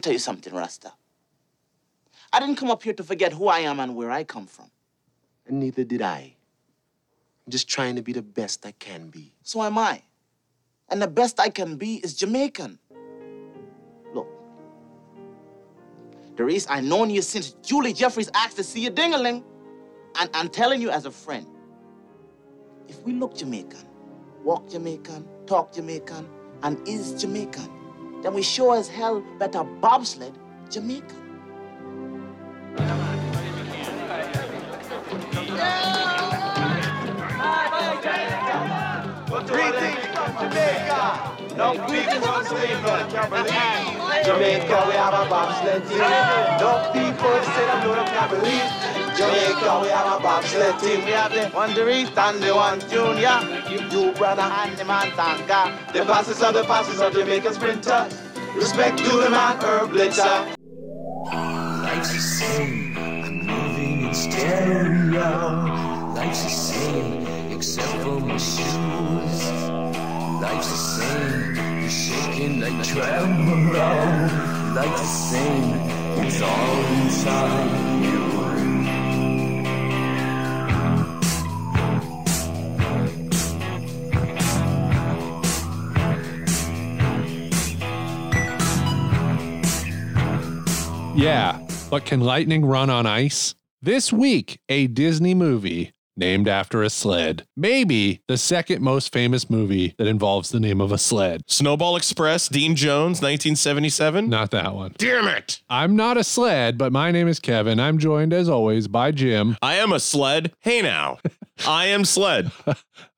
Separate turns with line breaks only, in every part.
tell you something, Rasta. I didn't come up here to forget who I am and where I come from.
And neither did I. I'm just trying to be the best I can be.
So am I. And the best I can be is Jamaican. Look, Darius, I've known you since Julie Jeffries asked to see you dingaling. And I'm telling you as a friend, if we look Jamaican, walk Jamaican, talk Jamaican, and is Jamaican, then we sure as hell better bobsled Jamaican.
Greetings from Jamaica. No greetings from Jamaica. Can't believe Jamaica, we have a bobsled team. No people say them no, them can't believe. Jamaica, we have a bobsled team. We have the one Derith and the one tune, yeah. You brother and the man Tanga. The fastest of the fastest of Jamaican sprinters. Respect to the man Herb Blitzer.
Life's the same, I'm moving in stereo. Life's the same, except for my shoes. Life's the same, you're shaking like tremolo. Life's the same, it's all inside you.
Yeah, but can lightning run on ice? This week, a Disney movie named after a sled. Maybe the second most famous movie that involves the name of a sled.
Snowball Express, Dean Jones, 1977.
Not that one.
Damn it.
I'm not a sled, but my name is Kevin. I'm joined, as always, by Jim.
I am a sled. Hey now. I am sled.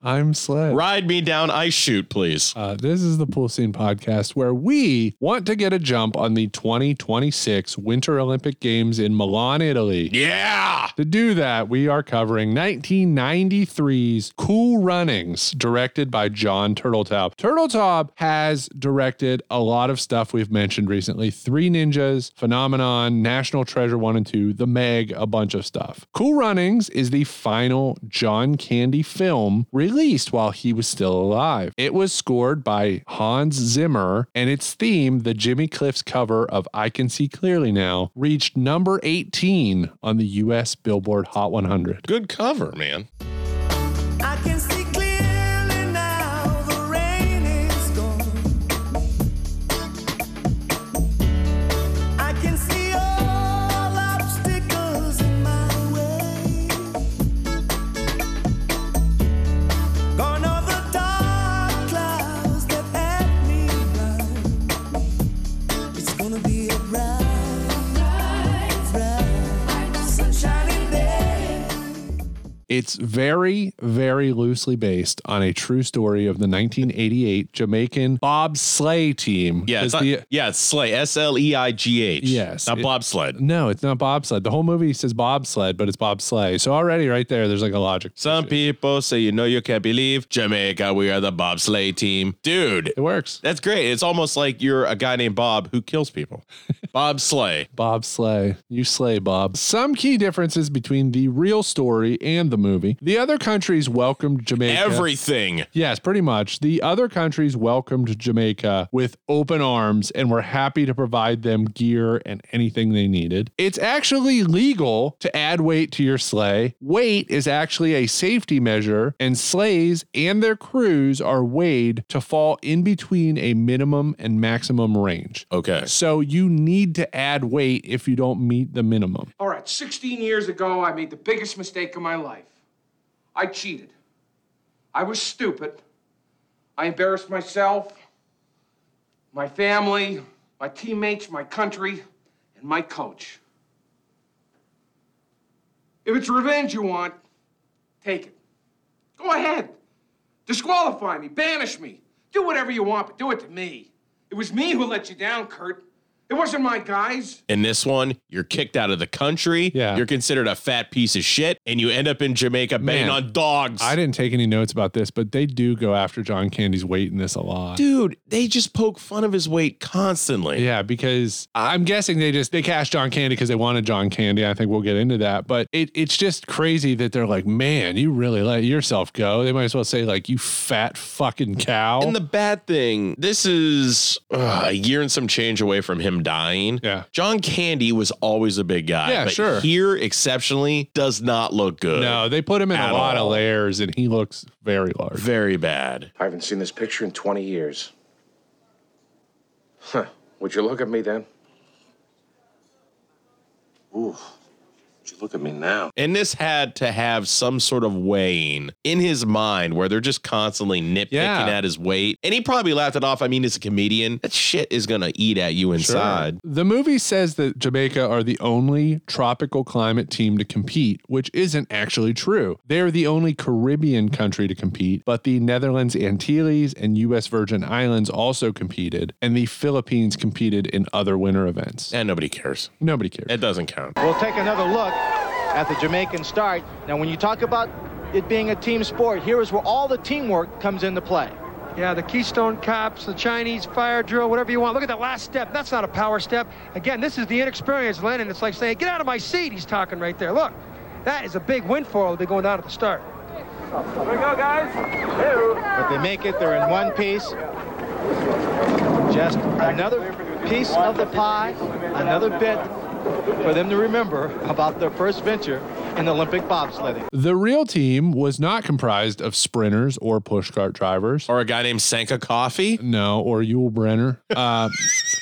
I'm sled.
Ride me down ice chute, please.
Uh, this is the Pool Scene Podcast where we want to get a jump on the 2026 Winter Olympic Games in Milan, Italy.
Yeah.
To do that, we are covering 1993's Cool Runnings, directed by John Turtletop. Turtletop has directed a lot of stuff we've mentioned recently Three Ninjas, Phenomenon, National Treasure 1 and 2, The Meg, a bunch of stuff. Cool Runnings is the final John Candy film released while he was still alive. It was scored by Hans Zimmer, and its theme, the Jimmy Cliff's cover of I Can See Clearly Now, reached number 18 on the US Billboard Hot 100.
Good cover, man.
I can see clearly now the rain is gone. I can see all obstacles in my way. Gone are the dark clouds that had me bound. It's gonna be a bright, bright, sunshiny day.
It's very, very loosely based on a true story of the 1988 Jamaican bobsleigh team.
Yeah, it's
'Cause
not,
the-
yeah, it's Slay, S L E I G H.
Yes.
Not
It-
bobsled.
no, it's not bobsled. The whole movie says bobsled, but it's bobsleigh. So already right there, there's like a logic.
Some
issue.
people say, you know, you can't believe Jamaica, we are the bobsleigh team. Dude,
It works.
that's great. It's almost like you're a guy named Bob who kills people. Bob Slay.
Bob Slay. You slay, Bob. Some key differences between the real story and the movie. The other countries welcomed Jamaica.
Everything.
Yes, pretty much. The other countries welcomed Jamaica with open arms and were happy to provide them gear and anything they needed. It's actually legal to add weight to your sleigh. Weight is actually a safety measure, and sleighs and their crews are weighed to fall in between a minimum and maximum range.
Okay.
So you need to add weight if you don't meet the minimum.
All right, 16 years ago, I made the biggest mistake of my life. I cheated. I was stupid. I embarrassed myself, my family, my teammates, my country, and my coach. If it's revenge you want, take it. Go ahead. Disqualify me, banish me. Do whatever you want, but do it to me. It was me who let you down, Kurt. It wasn't my guys.
In this one, you're kicked out of the country.
Yeah.
You're considered a fat piece of shit, and you end up in Jamaica banging
Man,
on dogs.
I didn't take any notes about this, but they do go after John Candy's weight in this a lot.
Dude, they just poke fun of his weight constantly.
Yeah, because I'm guessing they just they cashed John Candy because they wanted John Candy. I think we'll get into that, but it, it's just crazy that they're like, man, you really let yourself go. They might as well say like, you fat fucking cow.
And the bad thing, this is uh, a year and some change away from him him dying.
Yeah.
John Candy was always a big guy.
Yeah,
but
sure.
Here, exceptionally, does not look good.
No, they put him in a
At
lot
all.
of layers, and he looks very large.
Very bad.
I haven't seen this picture in 20 years. Huh. Would you look at me then? Ooh. Would you look at me now?
And this had to have some sort of weighing in his mind where they're just constantly nitpicking
Yeah.
at his weight. And he probably laughed it off. I mean, as a comedian, that shit is going to eat at you inside.
The movie says that Jamaica are the only tropical climate team to compete, which isn't actually true. They're the only Caribbean country to compete, but the Netherlands, Antilles, and U.S. Virgin Islands also competed, and the Philippines competed in other winter events.
And nobody cares.
Nobody cares.
It doesn't count.
We'll take another look at the Jamaican start. Now, when you talk about it being a team sport, here is where all the teamwork comes into play.
Yeah, the Keystone Cops, the Chinese fire drill, whatever you want. Look at that last step. That's not a power step. Again, this is the inexperienced Lennon. It's like saying, get out of my seat, he's talking right there. Look, that is a big windfall to be going down at the start.
But they make it, they're in one piece. Just another piece of the pie, another bit for them to remember about their first venture in Olympic bobsledding.
The real team was not comprised of sprinters or pushcart drivers.
Or a guy named Sanka Coffee,
No, or Yul Brenner. Uh,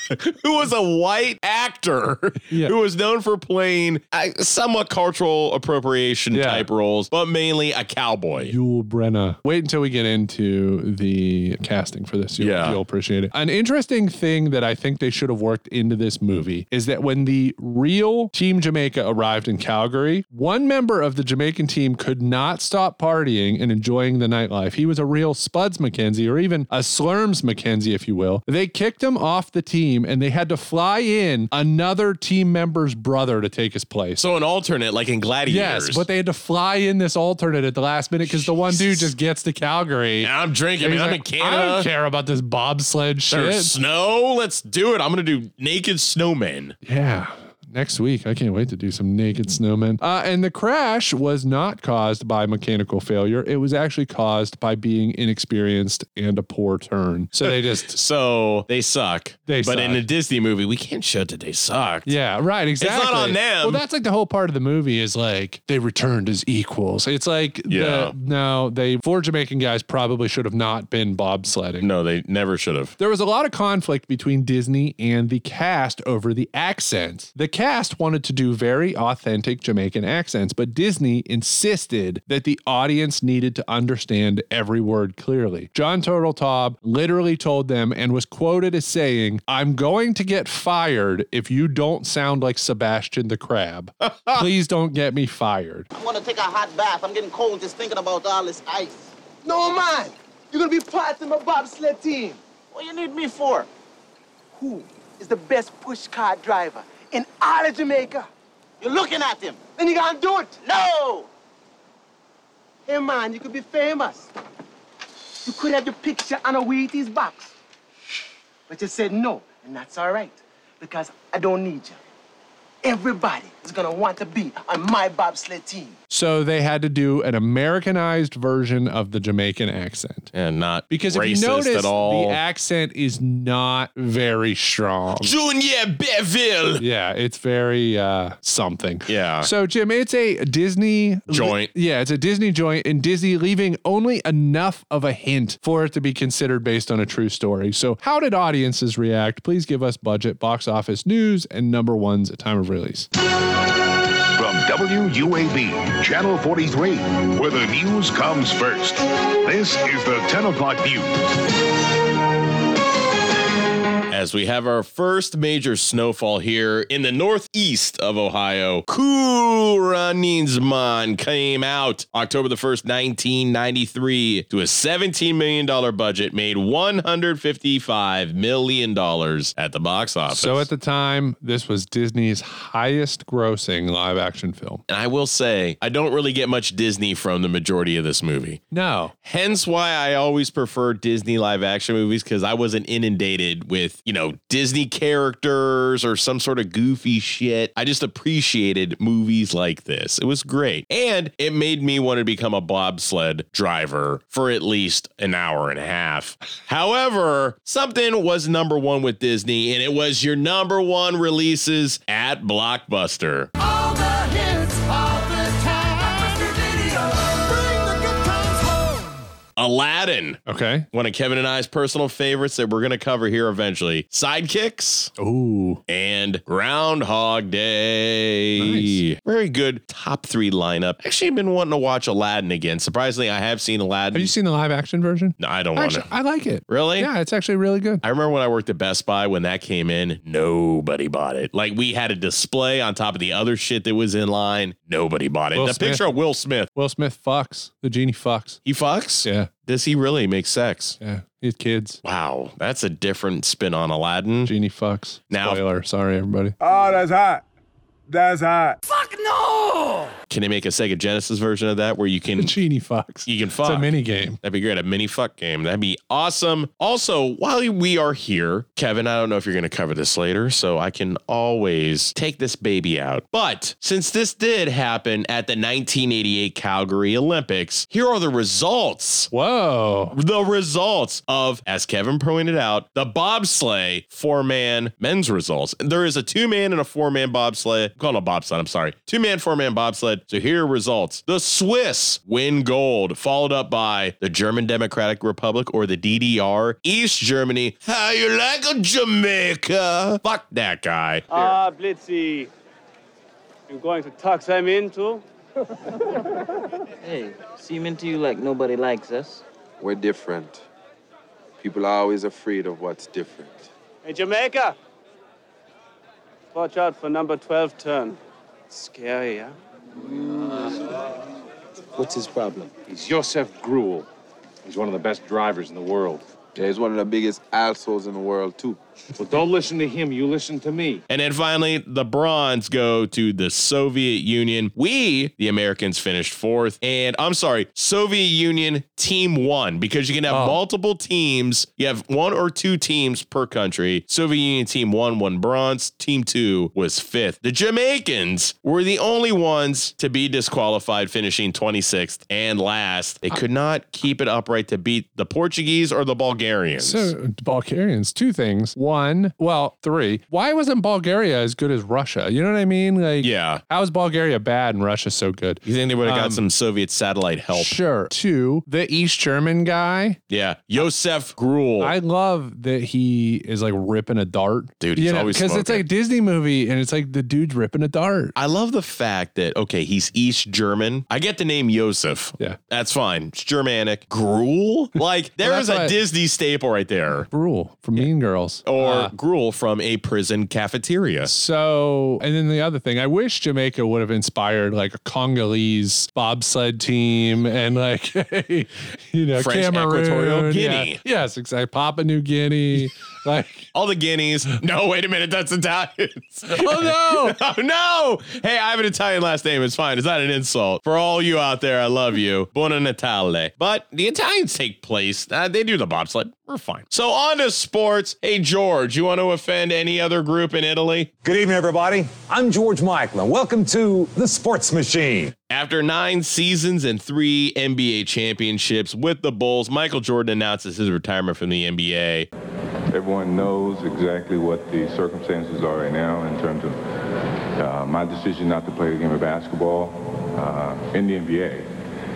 who was a white actor
Yeah.
who was known for playing uh, somewhat cultural appropriation
Yeah.
type roles, but mainly a cowboy.
Yul Brenner. Wait until we get into the casting for this. You'll,
Yeah.
you'll appreciate it. An interesting thing that I think they should have worked into this movie is that when the real Team Jamaica arrived in Calgary, one member of the Jamaican team could not stop partying and enjoying the nightlife. He was a real Spuds McKenzie or even a Slurms McKenzie, if you will. They kicked him off the team and they had to fly in another team member's brother to take his place.
so an alternate, like in Gladiators.
Yes, but they had to fly in this alternate at the last minute because the one dude just gets to Calgary.
And I'm drinking. I
And
mean,
he's
I'm
like,
in
I don't
Canada.
care about this bobsled shit.
There's snow. Let's do it. I'm going to do naked snowmen.
yeah. Next week, I can't wait to do some naked snowmen. Uh, and the crash was not caused by mechanical failure. It was actually caused by being inexperienced and a poor turn. So they just,
So they suck.
They
but in
suck.
a Disney movie, we can't show that they sucked.
yeah, right, exactly.
on them.
Well, that's like the whole part of the movie is like they returned as equals. It's like,
Yeah.
the, no, they four Jamaican guys probably should have not been bobsledding.
No, they never should have.
There was a lot of conflict between Disney and the cast over the accents. The cast wanted to do very authentic Jamaican accents, but Disney insisted that the audience needed to understand every word clearly. John Turteltaub literally told them and was quoted as saying, I'm going to get fired if you don't sound like Sebastian the Crab. Please don't get me fired.
I'm gonna take a hot bath. I'm getting cold just thinking about all this ice.
No, man. You're gonna be part of my bobsled team.
What you need me for?
Who is the best push car driver in all of Jamaica?
You're looking at him.
Then you gonna do it.
No!
Hey, man, you could be famous. You could have your picture on a Wheaties box. But you said no, and that's all right, because I don't need you. Everybody is gonna want to be on my bobsled team.
So they had to do an Americanized version of the Jamaican accent.
And not
Because if
racist
you notice,
at all.
the accent is not very strong.
Junior Beville.
Yeah, it's very uh, something.
Yeah.
So Jim, it's a Disney
Joint.
yeah, it's a Disney joint, and Disney leaving only enough of a hint for it to be considered based on a true story. So, how did audiences react? Please give us budget, box office news, and number ones at time of release.
From WUAB, Channel 43, where the news comes first. This is the 10 o'clock news.
As we have our first major snowfall here in the northeast of Ohio, Kuraninsman came out October the 1st, 1993, to a $17 million budget, made $155 million at the box office.
So, at the time, this was Disney's highest grossing live action film.
and I will say, I don't really get much Disney from the majority of this movie.
No,
Hence why I always prefer Disney live action movies because I wasn't inundated with you know, Disney characters or some sort of goofy shit. I just appreciated movies like this. It was great. And it made me want to become a bobsled driver for at least an hour and a half. However, something was number one with Disney, and it was your number one releases at Blockbuster.
All the hits all the time. Blockbuster Video. Bring the good times home.
Aladdin.
Okay.
One of Kevin and I's personal favorites that we're going to cover here eventually. Sidekicks
Ooh.
and Groundhog Day.
Nice.
Very good top three lineup. Actually, I've been wanting to watch Aladdin again. Surprisingly, I have seen Aladdin.
Have you seen the live action version?
no, I don't want
Actually,
to.
I like it.
Really?
Yeah, it's actually really good.
I remember when I worked at Best Buy when that came in, nobody bought it. Like we had a display on top of the other shit that was in line. Nobody bought it.
Will
the
Smith.
picture of Will Smith.
Will Smith fucks. The genie fucks.
He fucks?
Yeah.
Does he really make sex?
Yeah. He had kids.
Wow, that's a different spin on Aladdin.
Genie fucks.
Now-
Spoiler. Sorry, everybody.
Can they make a Sega Genesis version of that where you can
The genie fucks.
you can
It's
fuck?
a mini game.
That'd be great. A mini fuck game. That'd be awesome. Also, while we are here, Kevin, I don't know if you're going to cover this later, so I can always take this baby out. But since this did happen at the 1988 Calgary Olympics, here are the results.
Whoa.
The results of, as Kevin pointed out, the bobsleigh four man men's results. There is a two man and a four man bobsleigh. I'm calling it a bobsled, I'm sorry. Two man, four man bobsled. So here are results. The Swiss win gold, followed up by the German Democratic Republic or the DDR, East Germany. How you like a Jamaica? Fuck that guy.
Ah, Blitzy. You're going to tuck them in too?
Hey, seeming to you like nobody likes us.
We're different. People are always afraid of what's different.
Hey, Jamaica! Watch out for number 12 turn. Scary, huh?
What's his problem? He's Josef Gruel. He's one of the best drivers in the world. Yeah, he's one of the biggest assholes in the world, too. well, don't listen to him. You listen to me.
And then finally, the bronze go to the Soviet Union. We, the Americans, finished fourth. And I'm sorry, Soviet Union team won because you can
Oh.
have multiple teams. You have one or two teams per country. Soviet Union team one won bronze. Team two was fifth. The Jamaicans were the only ones to be disqualified, finishing 26th and last. They could not keep it upright to beat the Portuguese or the Bulgarians.
So Bulgarians, two things. One, well, three. Why wasn't Bulgaria as good as Russia? You know what I mean? Like,
Yeah.
How is Bulgaria bad and Russia so good?
you think they would have got
Um,
some Soviet satellite help?
Sure. Two, the East German guy.
Yeah, Yosef Gruel.
I love that he is like ripping a dart,
Dude, he's always
because it's like
smoking.
a Disney movie, and it's like the dude's ripping a dart.
I love the fact that okay, he's East German. I get the name Yosef.
Yeah.
that's fine. It's Germanic. Gruel, like there
Well,
is
that's
a
why-
Disney staple right there,
Rule from Mean Girls,
or
Uh,
gruel from a prison cafeteria.
So, and then the other thing, I wish Jamaica would have inspired like a Congolese bobsled team and like, you know,
French
Cameroon,
Equatorial
yeah.
Guinea.
Yes, exactly. Papua New Guinea. like,
All the guineas. No, wait a minute, that's Italians.
oh no.
Oh no! Hey, I have an Italian last name. It's fine. It's not an insult for all you out there. I love you. Buona Natale. But the Italians take place. Uh, they do the bobsled. We're fine. So on to sports. Hey George, you want to offend any other group in Italy?
Good evening, everybody. I'm George Michael, and welcome to The Sports Machine.
After nine seasons and three NBA championships with the Bulls, Michael Jordan announces his retirement from the NBA.
Everyone knows exactly what the circumstances are right now in terms of uh, my decision not to play the game of basketball uh, in the NBA.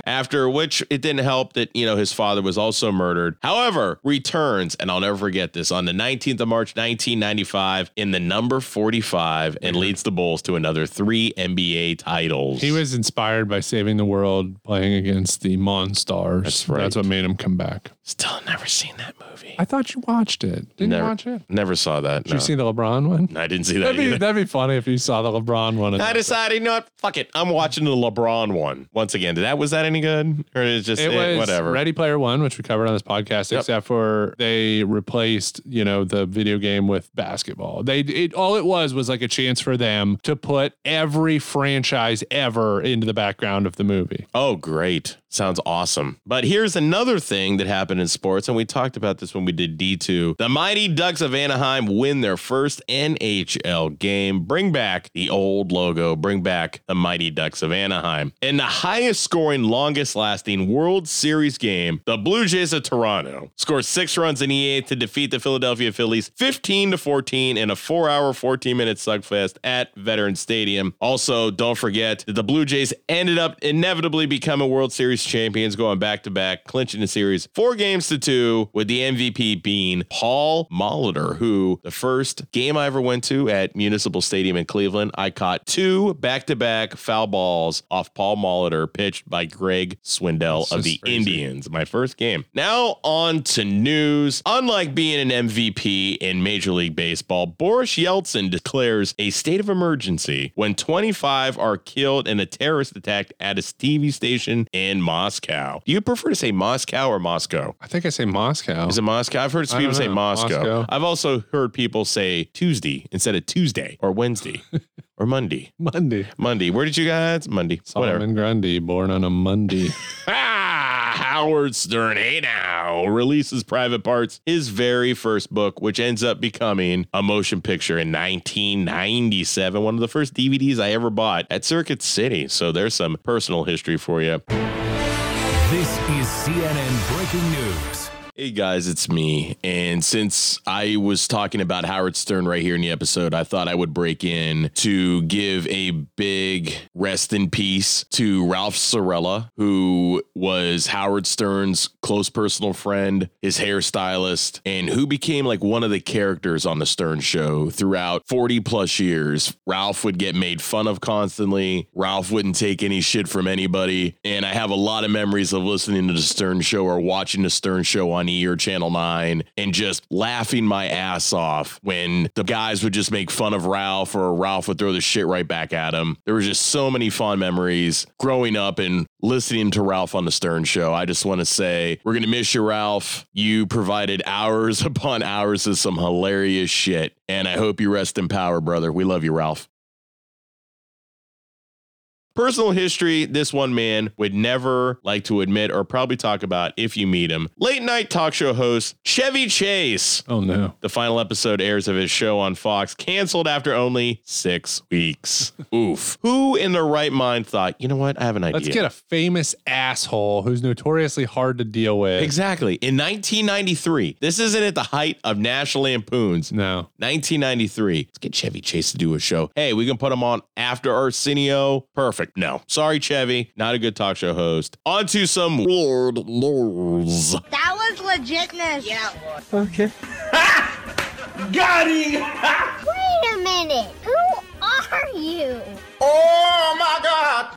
After which it didn't help that, you know, his father was also murdered. However, returns, and I'll never forget this, on the 19th of March, 1995, in the number 45, and leads the Bulls to another three NBA titles.
He was inspired by saving the world playing against the Monstars.
That's right.
That's what made him come back.
still never seen that movie.
I thought you watched it. Didn't
never,
you watch it?
Never saw that.
Did
no.
you see the LeBron one?
I didn't see that
That'd be,
either.
that'd be funny if you saw the LeBron one. and
I
that-
decided, you know what? Fuck it. I'm watching the LeBron one once again. Did that was that any good, or is just
it
it
was
whatever?
Ready Player One, which we covered on this podcast,
Yep.
except for they replaced you know the video game with basketball. They it all it was was like a chance for them to put every franchise ever into the background of the movie.
Oh, great! Sounds awesome. But here's another thing that happened in sports, and we talked about this when we did D2. The Mighty Ducks of Anaheim win their first NHL game. Bring back the old logo, bring back the Mighty Ducks of Anaheim. In the highest scoring, longest lasting World Series game, the Blue Jays of Toronto score six runs in the eighth to defeat the Philadelphia Phillies 15 to 14 in a four hour, 14 minute slugfest at Veterans Stadium. Also, don't forget that the Blue Jays ended up inevitably becoming World Series champions, going back to back, clinching the series four games to two, with the MVP being Paul Molitor, who the first game I ever went to at Municipal Stadium in Cleveland, I caught two back to back foul balls off Paul Molitor, pitched by Greg Swindell of the Indians. My first game. Now on to news. Unlike being an MVP in Major League Baseball, Boris Yeltsin declares a state of emergency when 25 are killed in a terrorist attack at a TV station in Moscow. Do you prefer to say Moscow or Moscow?
I think I say Moscow.
Is it Moscow? I've heard
I
people
don't
say
know.
Moscow.
Moscow.
I've also heard people say Tuesday instead of Tuesday or Wednesday or Monday.
Monday.
Monday. Where did you guys? Monday. Whatever.
Solomon Grundy, born on a Monday.
Ah, Howard Stern hey now releases Private Parts, his very first book, which ends up becoming a motion picture in 1997, one of the first DVDs I ever bought at Circuit City. So there's some personal history for you.
This is CNN Breaking News.
Hey guys, it's me. And since I was talking about Howard Stern right here in the episode, I thought I would break in to give a big rest in peace to Ralph Sorella, who was Howard Stern's close personal friend, his hairstylist, and who became like one of the characters on The Stern Show throughout 40 plus years. Ralph would get made fun of constantly. Ralph wouldn't take any shit from anybody. And I have a lot of memories of listening to The Stern Show or watching The Stern Show on E or Channel 9 and just laughing my ass off when the guys would just make fun of Ralph or Ralph would throw the shit right back at him. There was just so many fond memories growing up and listening to Ralph on The Stern Show. I just want to say we're going to miss you, Ralph. You provided hours upon hours of some hilarious shit. And I hope you rest in power, brother. We love you, Ralph. Personal history this one man would never like to admit or probably talk about if you meet him. Late night talk show host Chevy Chase.
Oh no.
The final episode airs of his show on Fox, canceled after only six weeks. Oof. Who in their right mind thought, you know what? I have an idea.
Let's get a famous asshole who's notoriously hard to deal with.
Exactly. In 1993, this isn't at the height of National Lampoons.
No.
1993. Let's get Chevy Chase to do a show. Hey, we can put him on after Arsenio. Perfect. No. Sorry, Chevy. Not a good talk show host. On to some world news.
That was legitness. Yeah.
Okay.
Got him. Wait a minute. Who are you? Oh my God.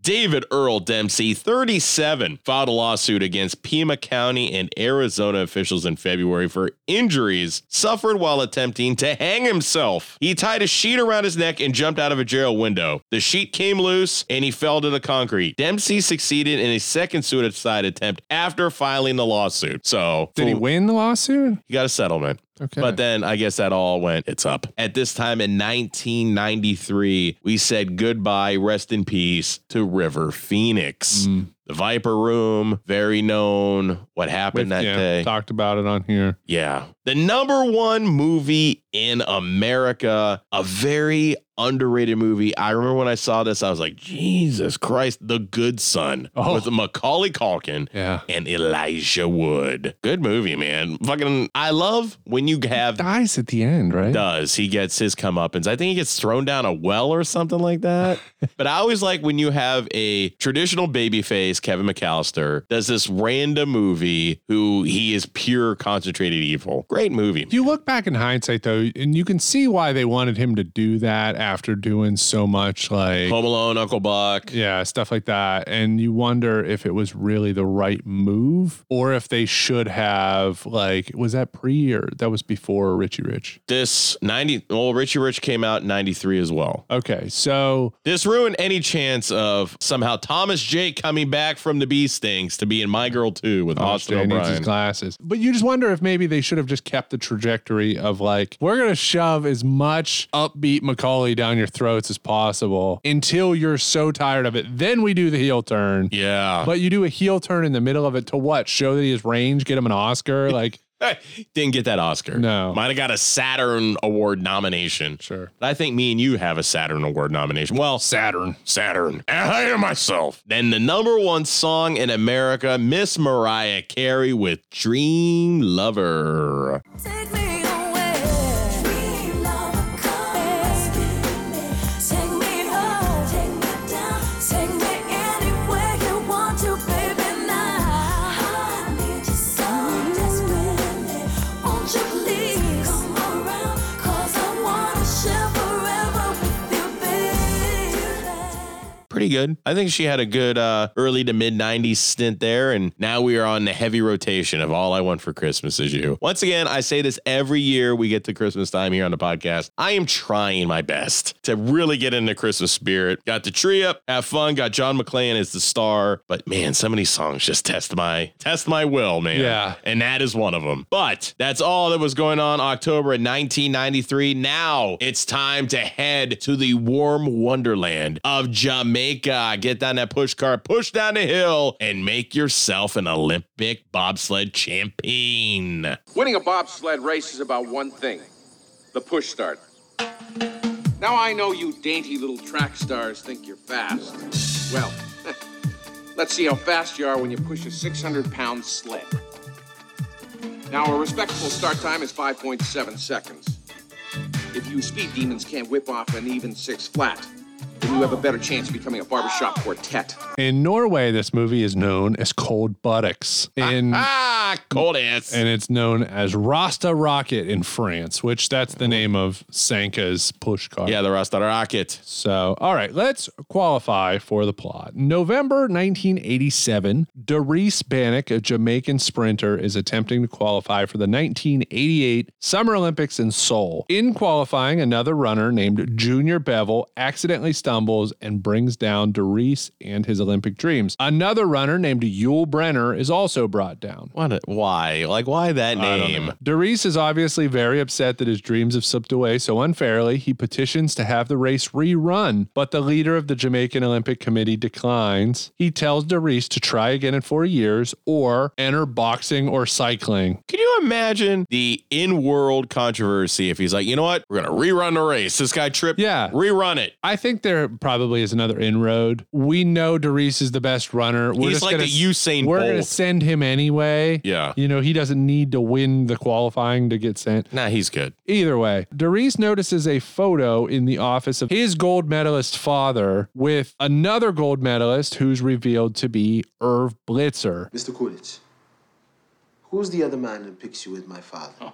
David Earl Dempsey, 37, filed a lawsuit against Pima County and Arizona officials in February for injuries suffered while attempting to hang himself. He tied a sheet around his neck and jumped out of a jail window. The sheet came loose and he fell to the concrete. Dempsey succeeded in a second suicide attempt after filing the lawsuit. So,
Did he win the lawsuit?
he got a settlement.
Okay.
But then I guess that all went, it's up. At this time in 1993, we said goodbye, rest in peace to River Phoenix.
Mm.
The Viper Room, very known. What happened that
yeah,
day?
Talked about it on here.
Yeah. The number one movie in America, a very underrated movie. I remember when I saw this, I was like, Jesus Christ, The Good Son
Oh.
with Macaulay Culkin
Yeah.
and Elijah Wood. Good movie, man. Fucking, I love when you have.
Dies at the end, right?
Does he gets his comeuppance? I think he gets thrown down a well or something like that. but I always like when you have a traditional babyface, Kevin McAllister, does this random movie who he is pure concentrated evil. Great movie.
If you look back in hindsight, though, and you can see why they wanted him to do that after doing so much like,
Home Alone, Uncle Buck.
yeah, stuff like that. And you wonder if it was really the right move or if they should have, like, was that pre or that was before Richie Rich?
This 90, well, Richie Rich came out in 93 as well.
Okay. So
This ruined any chance of somehow Thomas J coming back from the Bee Stings to be in My Girl 2 with
Austin
Austin
needs his
O'Brien.
glasses. But you just wonder if maybe they should have just kept the trajectory of like, we're going to shove as much upbeat Macaulay down your throats as possible until you're so tired of it. Then we do the heel turn.
Yeah.
But you do a heel turn in the middle of it to what? Show that he has range, get him an Oscar? Like,
Didn't get that Oscar.
No.
Might have got a Saturn Award nomination.
Sure.
But I think me and you have a Saturn Award nomination. Well, Saturn. Saturn. And I am myself. Then the number one song in America, Miss Mariah Carey with Dream Lover. Pretty good. I think she had a good uh, early to mid 90s stint there. And now we are on the heavy rotation of All I Want for Christmas Is You. Once again, I say this every year we get to Christmas time here on the podcast. I am trying my best to really get into Christmas spirit. Got the tree up, have fun, got John McClane as the star. But man, some of these songs just test my test my will, man.
Yeah.
And that is one of them. But that's all that was going on October in 1993. Now it's time to head to the warm wonderland of Jamaica. Get down that push cart, push down the hill, and make yourself an Olympic bobsled champion.
Winning a bobsled race is about one thing the push start. Now, I know you dainty little track stars think you're fast. Well, let's see how fast you are when you push a 600 pound sled. Now, a respectable start time is 5.7 seconds. If you speed demons can't whip off an even six flat, then you have a better chance of becoming a barbershop quartet.
In Norway, this movie is known as Cold Buttocks. In
ah, cold ass.
And it's known as Rasta Rocket in France, which that's the name of Sanka's push car.
Yeah, the Rasta Rocket.
So, all right, let's qualify for the plot. November 1987, Doris Bannock, a Jamaican sprinter, is attempting to qualify for the 1988 Summer Olympics in Seoul. In qualifying, another runner named Junior Bevel accidentally stumbles and brings down Doris and his Olympic dreams. Another runner named Yul Brenner is also brought down.
What? a- why? Like, why that name?
Doris is obviously very upset that his dreams have slipped away so unfairly. He petitions to have the race rerun, but the leader of the Jamaican Olympic Committee declines. He tells Doris to try again in four years or enter boxing or cycling.
Can you imagine the in world controversy if he's like, you know what? We're going to rerun the race. This guy tripped.
Yeah.
Rerun it.
I think there probably is another inroad. We know Doris is the best runner. We're
He's
just
like
gonna,
the Usain
We're going to
Bolt.
send him anyway.
Yeah.
You know, he doesn't need to win the qualifying to get sent.
Nah, he's good.
Either way, Doris notices a photo in the office of his gold medalist father with another gold medalist who's revealed to be Irv Blitzer.
Mr. Coolidge, who's the other man in the picture with my father?
Oh,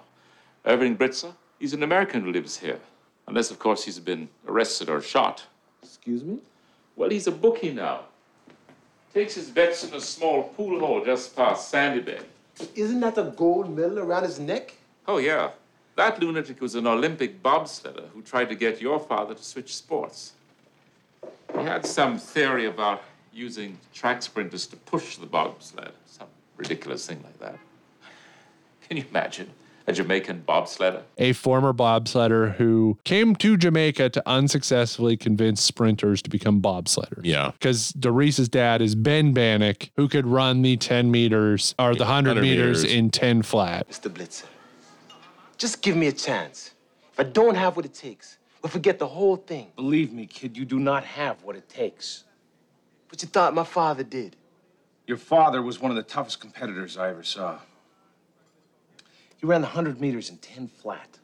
Irving Britzer? He's an American who lives here. Unless, of course, he's been arrested or shot.
Excuse me?
Well, he's a bookie now. Takes his bets in a small pool hall just past Sandy Bay.
Isn't that a gold medal around his neck?
Oh, yeah. That lunatic was an Olympic bobsledder who tried to get your father to switch sports. He had some theory about using track sprinters to push the bobsled, some ridiculous thing like that. Can you imagine a Jamaican bobsledder?
A former bobsledder who came to Jamaica to unsuccessfully convince sprinters to become bobsledders.
Yeah.
Because Doris's dad is Ben Bannock, who could run the 10 meters or the 100,
100
meters,
meters.
in 10 flat.
Mr. Blitzer, just give me a chance. If I don't have what it takes, we'll forget the whole thing. Believe me, kid, you do not have what it takes. But you thought my father did.
Your father was one of the toughest competitors I ever saw.
He ran 100 meters in 10 flat.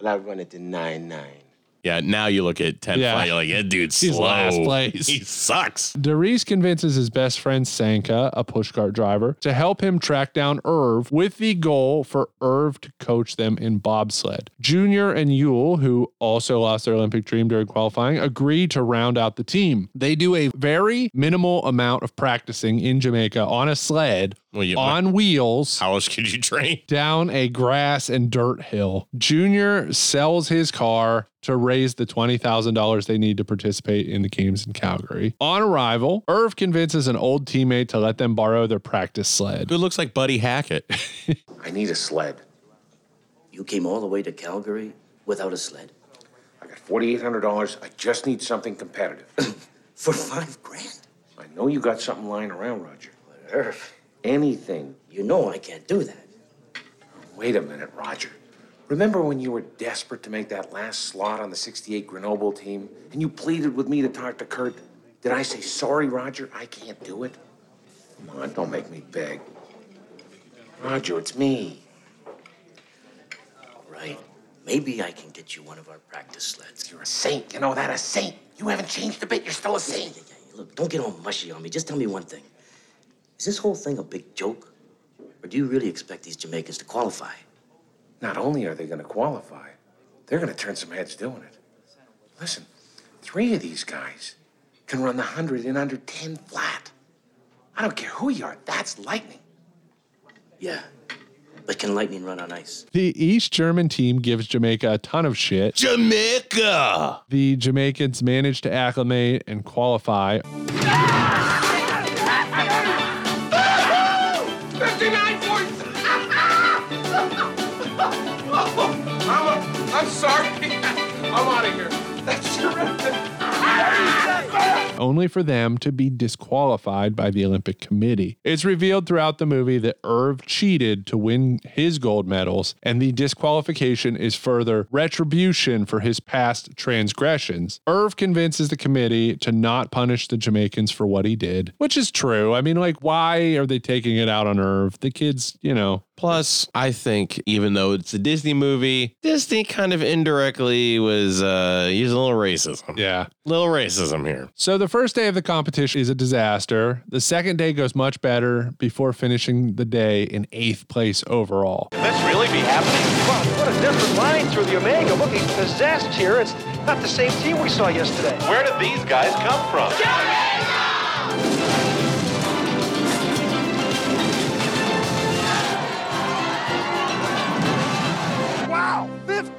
Well, I run it in 9 9.
Yeah, now you look at 10
Yeah.
fly, you're like, that dude's
He's
slow.
last place.
He sucks.
Doris convinces his best friend Sanka, a pushcart driver, to help him track down Irv with the goal for Irv to coach them in bobsled. Junior and Yule, who also lost their Olympic dream during qualifying, agree to round out the team. They do a very minimal amount of practicing in Jamaica on a sled
Well, you-
on wheels.
How else could you train?
Down a grass and dirt hill. Junior sells his car to raise the $20,000 they need to participate in the games in Calgary. On arrival, Irv convinces an old teammate to let them borrow their practice sled.
Who looks like Buddy Hackett?
I need a sled.
You came all the way to Calgary without a sled?
I got $4,800. I just need something competitive.
For five grand?
I know you got something lying around, Roger.
Whatever.
Anything.
You know I can't do that.
Wait a minute, Roger. Remember when you were desperate to make that last slot on the 68 Grenoble team and you pleaded with me to talk to Kurt? Did I say, sorry, Roger, I can't do it? Come on, don't make me beg. Roger, it's me.
All right. Maybe I can get you one of our practice sleds.
You're a saint. You know that, a saint. You haven't changed a bit. You're still a saint.
Look, don't get all mushy on me. Just tell me one thing. Is this whole thing a big joke? Or do you really expect these Jamaicans to qualify?
Not only are they going to qualify, they're going to turn some heads doing it. Listen, three of these guys can run the 100 in under 10 flat. I don't care who you are, that's lightning.
Yeah. But can lightning run on ice?
The East German team gives Jamaica a ton of shit.
Jamaica!
The Jamaicans manage to acclimate and qualify.
59 points! I'm, I'm sorry. I'm out of here. That's terrific.
only for them to be disqualified by the Olympic Committee. It's revealed throughout the movie that Irv cheated to win his gold medals, and the disqualification is further retribution for his past transgressions. Irv convinces the committee to not punish the Jamaicans for what he did, which is true. I mean, like, why are they taking it out on Irv? The kids, you know,
Plus, I think even though it's a Disney movie, Disney kind of indirectly was uh, using a little racism.
Yeah.
Little racism here.
So the first day of the competition is a disaster. The second day goes much better before finishing the day in eighth place overall.
This really be happening?
Wow, what a different line through the Omega. Look, he's possessed here. It's not the same team we saw yesterday.
Where did these guys come from?
Wow, 56.53.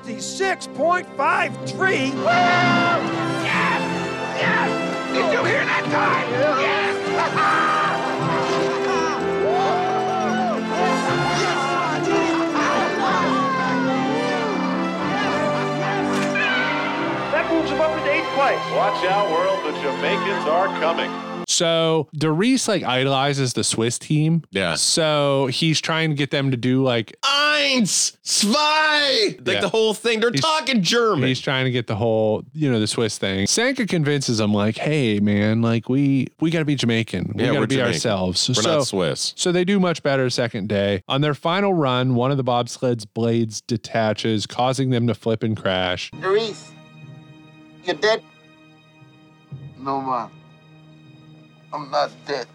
Did you hear that time?
That moves them up into eighth place. Watch out, world. The Jamaicans are coming.
So Doris like idolizes the Swiss team.
Yeah.
So he's trying to get them to do like
Eins, zwei, like
Yeah.
the whole thing. They're talking German.
He's trying to get the whole, you know, the Swiss thing. Sanka convinces him, like, hey, man, like we we gotta be Jamaican. We
Yeah,
gotta
we're
be
Jamaican.
ourselves.
We're not Swiss.
So they do much better second day. On their final run, one of the bobsleds blades detaches, causing them to flip and crash.
Reese, you dead? No, man. I'm not dead.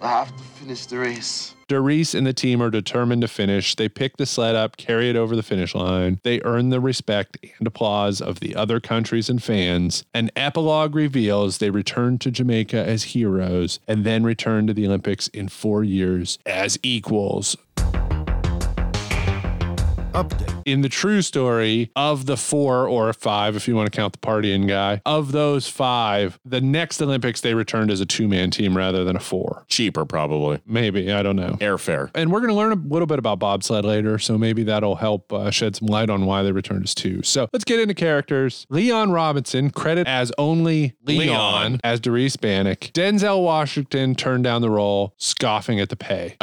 I have to finish the race.
Doris and the team are determined to finish. They pick the sled up, carry it over the finish line. They earn the respect and applause of the other countries and fans. An epilogue reveals they return to Jamaica as heroes and then return to the Olympics in four years as equals. In the true story of the four or five, if you want to count the partying guy, of those five, the next Olympics they returned as a two man team rather than a four.
Cheaper, probably.
Maybe. I don't know.
Airfare.
And we're going to learn a little bit about bobsled later, so maybe that'll help uh, shed some light on why they returned as two. So let's get into characters. Leon Robinson, credit as only Leon,
Leon.
as Doris Bannock. Denzel Washington turned down the role, scoffing at the pay.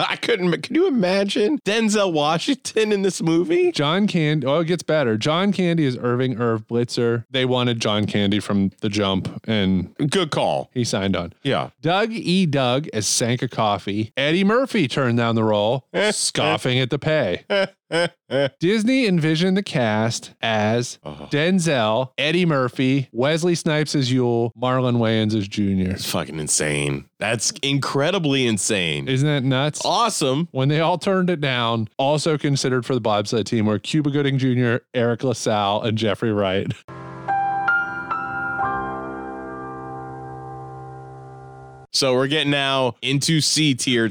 I couldn't. Can you imagine Denzel Washington in this movie?
John Candy. Oh, it gets better. John Candy is Irving Irv Blitzer. They wanted John Candy from the jump, and
good call.
He signed on.
Yeah.
Doug E. Doug as Sanka Coffee. Eddie Murphy turned down the role, scoffing at the pay. Disney envisioned the cast as
Uh-huh.
Denzel, Eddie Murphy, Wesley Snipes as Yule, Marlon Wayans as Junior.
It's fucking insane. That's incredibly insane.
Isn't that nuts?
Awesome.
When they all turned it down, also considered for the bobsled team were Cuba Gooding Jr., Eric LaSalle, and Jeffrey Wright.
So we're getting now into C tier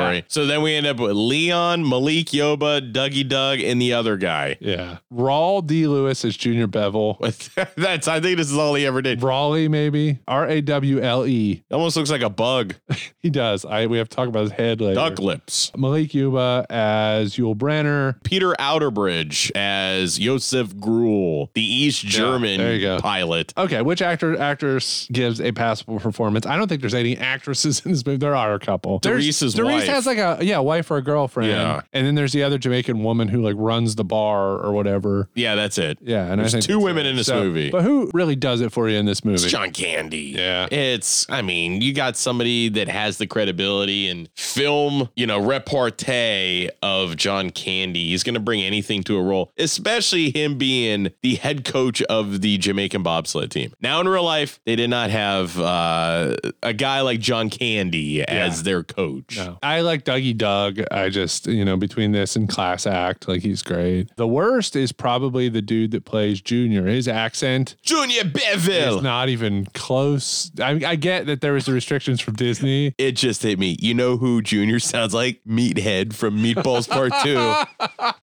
Yeah.
So then we end up with Leon, Malik Yoba, Dougie Doug, and the other guy.
Yeah. Rawl D. Lewis is Junior Bevel.
That's I think this is all he ever did.
Raleigh, maybe R A W L E.
Almost looks like a bug.
he does. I we have to talk about his head later.
Duck lips.
Malik Yuba as Yul Brenner.
Peter Outerbridge as Josef Gruhl, the East German
there you go.
pilot.
Okay, which actor actress gives a passable performance? I don't think there's any actresses in this movie. There are a couple. There's-
Therese's
Therese
wife.
has like a yeah wife or a girlfriend.
Yeah.
and then there's the other Jamaican woman who like runs the bar or whatever.
Yeah, that's it.
Yeah, and I
There's
think
two
that's
women
it.
in this
So-
movie.
But who really does it for you in this movie?
It's John Candy.
Yeah.
It's, I mean, you got somebody that has the credibility and film, you know, repartee of John Candy. He's going to bring anything to a role, especially him being the head coach of the Jamaican bobsled team. Now, in real life, they did not have uh, a guy like John Candy as their coach.
I like Dougie Doug. I just, you know, between this and class act, like he's great. The worst is probably the dude that plays Junior. His accent
Junior Beville.
is not even close. I, I get that there was the restrictions from Disney.
It just hit me. You know who Junior sounds like? Meathead from Meatballs Part 2.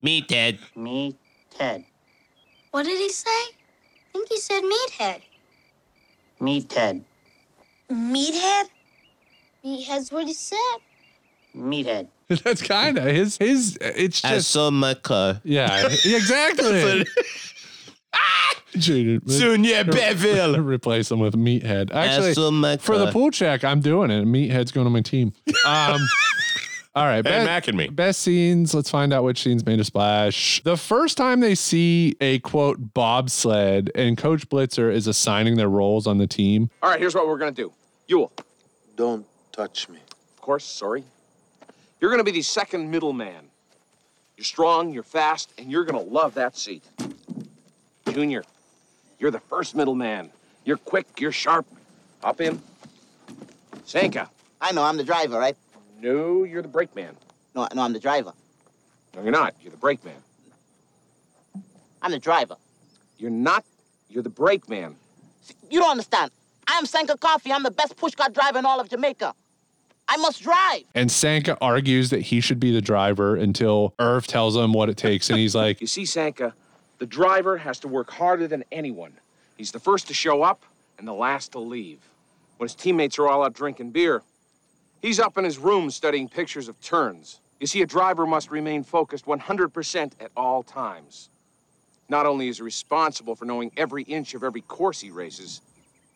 Meathead.
Meathead. What did he say? I think he said meathead.
Meathead.
Meathead? Meathead's what he said.
Meathead.
That's kind of his. His. It's just.
uh, Asomaka.
Yeah. Exactly. Junior,
Junior Beville.
Replace him with Meathead. Actually,
Asomaka.
for the pool check, I'm doing it. Meathead's going on my team. Um, all right.
Hey,
be-
Mac and me.
Best scenes. Let's find out which scenes made a splash. The first time they see a quote bobsled and Coach Blitzer is assigning their roles on the team.
All right, here's what we're gonna do. Yule,
Don't touch me.
of course, sorry. You're gonna be the second middleman. You're strong, you're fast, and you're gonna love that seat. Junior, you're the first middleman. You're quick, you're sharp. Hop in. Sanka.
I know, I'm the driver, right?
No, you're the brakeman.
No, no, I'm the driver.
No, you're not. You're the brakeman.
I'm the driver.
You're not. You're the brakeman.
You don't understand. I'm Sanka Coffee. I'm the best pushcart driver in all of Jamaica. I must drive.
And Sanka argues that he should be the driver until Irv tells him what it takes. And he's like,
You see, Sanka, the driver has to work harder than anyone. He's the first to show up and the last to leave. When his teammates are all out drinking beer, he's up in his room studying pictures of turns. You see, a driver must remain focused 100% at all times. Not only is he responsible for knowing every inch of every course he races,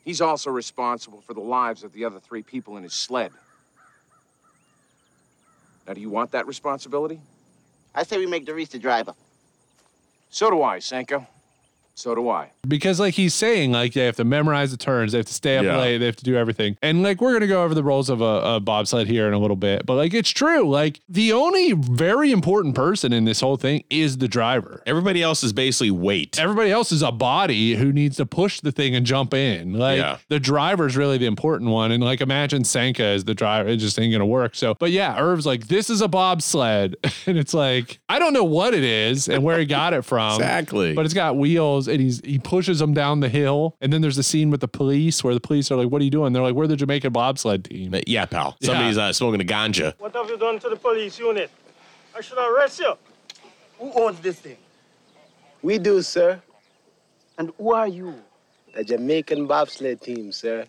he's also responsible for the lives of the other three people in his sled. Now, do you want that responsibility?
I say we make Doris the driver.
So do I, Sanko. So do I.
because like he's saying, like they have to memorize the turns, they have to stay up
Yeah.
late, they have to do everything. And like we're gonna go over the roles of a, a bobsled here in a little bit, but like it's true. Like the only very important person in this whole thing is the driver.
Everybody else is basically weight.
Everybody else is a body who needs to push the thing and jump in. Like
Yeah.
the driver's really the important one. And like imagine Sanka as the driver, it just ain't gonna work. So, but yeah, Irv's like, this is a bobsled. And it's like, I don't know what it is and where he got it from.
Exactly.
But it's got wheels and he's he pushes them down the hill. And then there's a scene with the police where the police are like, What are you doing? They're like, We're the Jamaican bobsled team.
Yeah, pal.
Yeah.
Somebody's uh, smoking a ganja.
What have you done to the police unit? I should arrest you.
Who owns this thing?
We do, sir.
And who are you?
The Jamaican bobsled team, sir.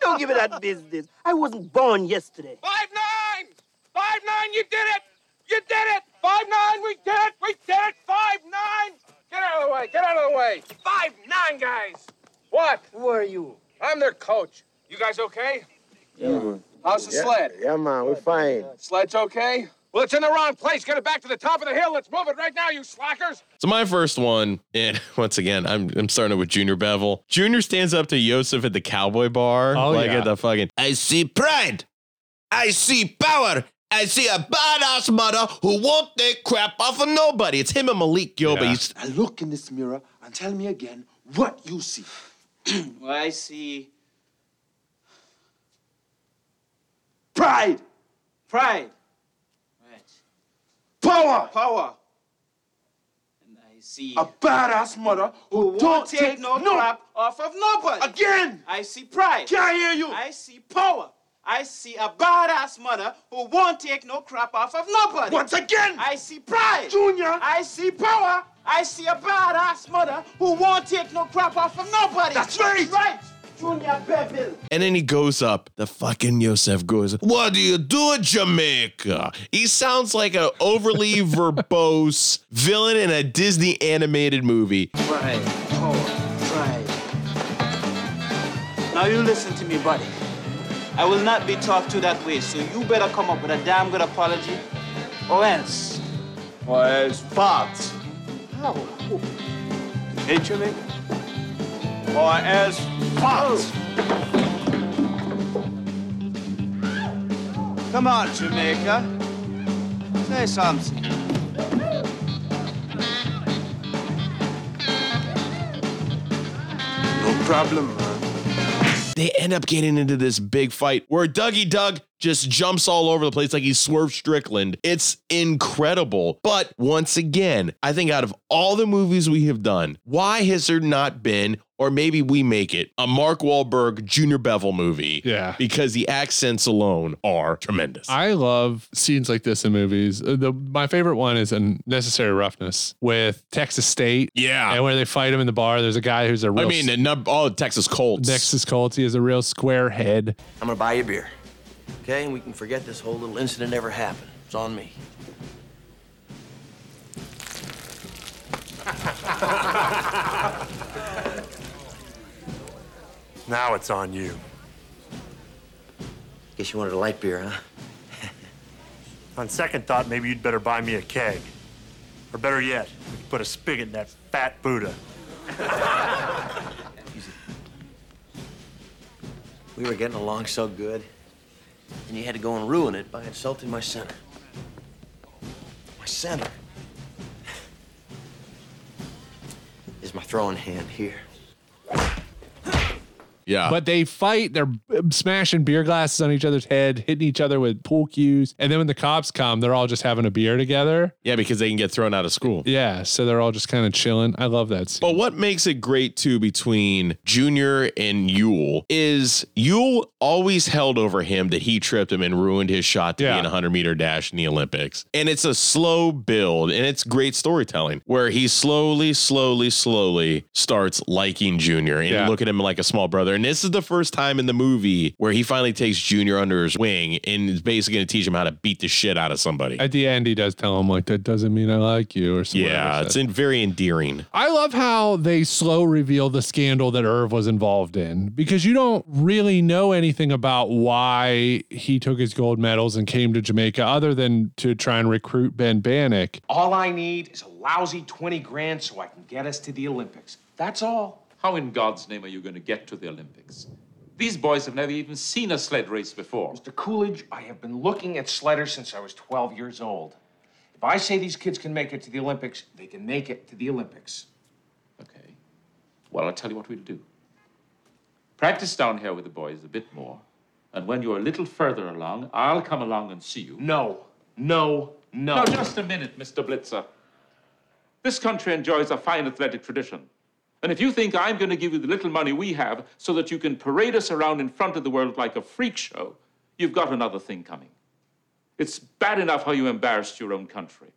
Don't give me that business. I wasn't born yesterday.
Five nine! Five nine, you did it! You did it! Five nine, we did it! We did it! Five nine! Get out of the way! Get out of the way! Five nine, guys! What?
Who are you?
I'm their coach. You guys okay?
Yeah.
How's the
Yeah,
sled?
Yeah, man, we're fine.
Sled's okay? Well, it's in the wrong place. Get it back to the top of the hill. Let's move it right now, you slackers.
So my first one, and once again, I'm I'm starting with Junior Bevel. Junior stands up to Yosef at the cowboy bar,
Oh,
like
yeah.
at the fucking. I see pride. I see power. I see a badass mother who won't take crap off of nobody. It's him and Malik Yoba. He's-
Now look in this mirror and tell me again what you see.
Well, I see
Pride,
pride.
power,
Power. And I see.
A badass mother who don't
Won't take no, crap off of nobody.
Again!
I see pride.
Can I hear you?
I see power. I see a badass mother who won't take no crap off of nobody.
Once again!
I see pride.
Junior!
I see power. I see a badass mother who won't take no crap off of nobody.
That's right.
Right, Junior Beville.
And then he goes up. The fucking Yosef goes, What do you do in Jamaica? He sounds like an overly verbose villain in a Disney animated movie.
Right, oh, right. Now you listen to me, buddy. I will not be talked to that way, so you better come up with a damn good apology, or else.
Was part.
How?
Oh,
In Jamaica. Or as part.
Come on, Jamaica. Say something.
No problem,
They end up getting into this big fight where Dougie Doug just jumps all over the place like he's Swerve Strickland. It's incredible. But once again, I think out of all the movies we have done, why has there not been, or maybe we make it, a Mark Wahlberg Junior Bevel movie?
Yeah.
Because the accents alone are tremendous.
I love scenes like this in movies. Uh, The, my favorite one is Unnecessary Roughness with Texas State.
Yeah.
And where they fight him in the bar, there's a guy who's a
I
real.
mean, the nub- oh, Texas Colts.
Texas Colts. He is a real square head.
I'm gonna buy you a beer, okay? And we can forget this whole little incident ever happened. It's on me. Now it's on you. Guess you wanted a light beer, huh?
On second thought, maybe you'd better buy me a keg. Or better yet, we could put a spigot in that fat Buddha.
We were getting along so good, and you had to go and ruin it by insulting my center. My center is my throwing hand here.
Yeah.
But they fight. They're b- smashing beer glasses on each other's head, hitting each other with pool cues. And then when the cops come, they're all just having a beer together.
Yeah, because they can get thrown out of school.
Yeah. So they're all just kind of chilling. I love that scene.
But what makes it great too between Junior and Yule is Yule always held over him that he tripped him and ruined his shot to be in a 100 meter dash in the Olympics. And it's a slow build and it's great storytelling where he slowly, slowly, slowly starts liking Junior and
Yeah.
looking at him like a small brother. And this is the first time in the movie where he finally takes Junior under his wing and is basically going to teach him how to beat the shit out of somebody.
At the end, he does tell him, like, that doesn't mean I like you or something.
yeah, it's in very endearing.
I love how they slow reveal the scandal that Irv was involved in because you don't really know anything about why he took his gold medals and came to Jamaica other than to try and recruit Ben Bannock.
All I need is a lousy 20 grand so I can get us to the Olympics. That's all.
How in God's name are you going to get to the Olympics? These boys have never even seen a sled race before.
Mr. Coolidge, I have been looking at sledders since I was 12 years old. If I say these kids can make it to the Olympics, they can make it to the Olympics.
Well, I'll tell you what we'll do. Practice down here with the boys a bit more, and when you're a little further along, I'll come along and see you.
No, no, no.
Now, just a minute, Mr. Blitzer. This country enjoys a fine athletic tradition. And if you think I'm going to give you the little money we have so that you can parade us around in front of the world like a freak show, you've got another thing coming. It's bad enough how you embarrassed your own country.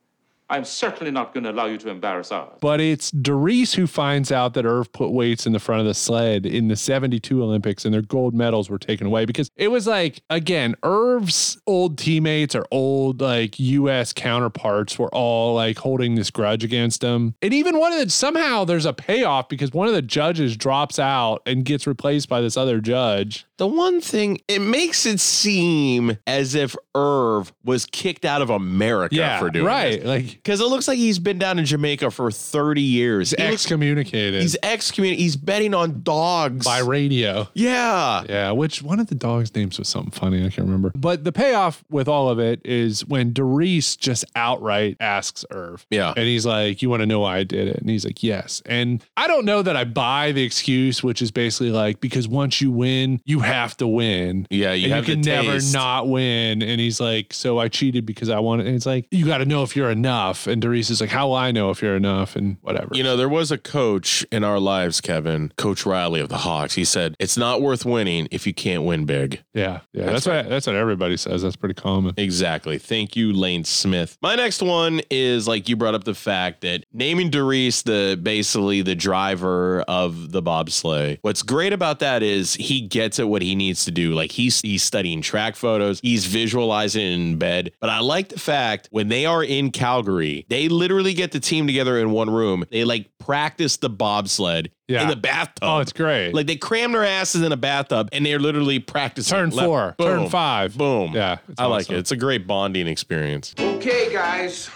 I'm certainly not going to allow you to embarrass ours.
But it's Doris who finds out that Irv put weights in the front of the sled in the 72 Olympics and their gold medals were taken away because it was like, again, Irv's old teammates or old like US counterparts were all like holding this grudge against him. And even one of the somehow there's a payoff because one of the judges drops out and gets replaced by this other judge.
The one thing it makes it seem as if Irv was kicked out of America
Yeah,
for doing
right, like
because it looks like he's been down in Jamaica for thirty years. He looks-
excommunicated
he's excommunicated. He's betting on dogs
by radio.
Yeah.
Yeah, which one of the dog's names was something funny. I can't remember. But the payoff with all of it is when Doris just outright asks Irv.
Yeah.
And he's like, You want to know why I did it? And he's like, Yes. And I don't know that I buy the excuse, which is basically like, Because once you win, you have to win.
Yeah, you
and
have
you can
the
never
taste.
not win. And he's like, So I cheated because I wanted. And it's like, You got to know if you're enough. enough? And Darius is like, how will I know if you're enough? And whatever.
You know, there was a coach in our lives, Kevin, Coach Riley of the Hawks. He said, It's not worth winning if you can't win big.
Yeah. Yeah.
That's
That's, what that's what everybody says. That's pretty common.
Exactly. Thank you, Lane Smith. My next one is like you brought up the fact that naming Doris the basically the driver of the bobsleigh. What's great about that is he gets at what he needs to do. Like he's he's studying track photos, he's visualizing it in bed. But I like the fact when they are in Calgary, they literally get the team together in one room. They like practice the bobsled in the bathtub.
Oh, it's great.
Like they cram their asses in a bathtub and they're literally practicing.
Turn
Left-
four,
boom,
turn five.
Boom.
Yeah. it's
I like
awesome.
it. It's a great bonding experience.
Okay, guys.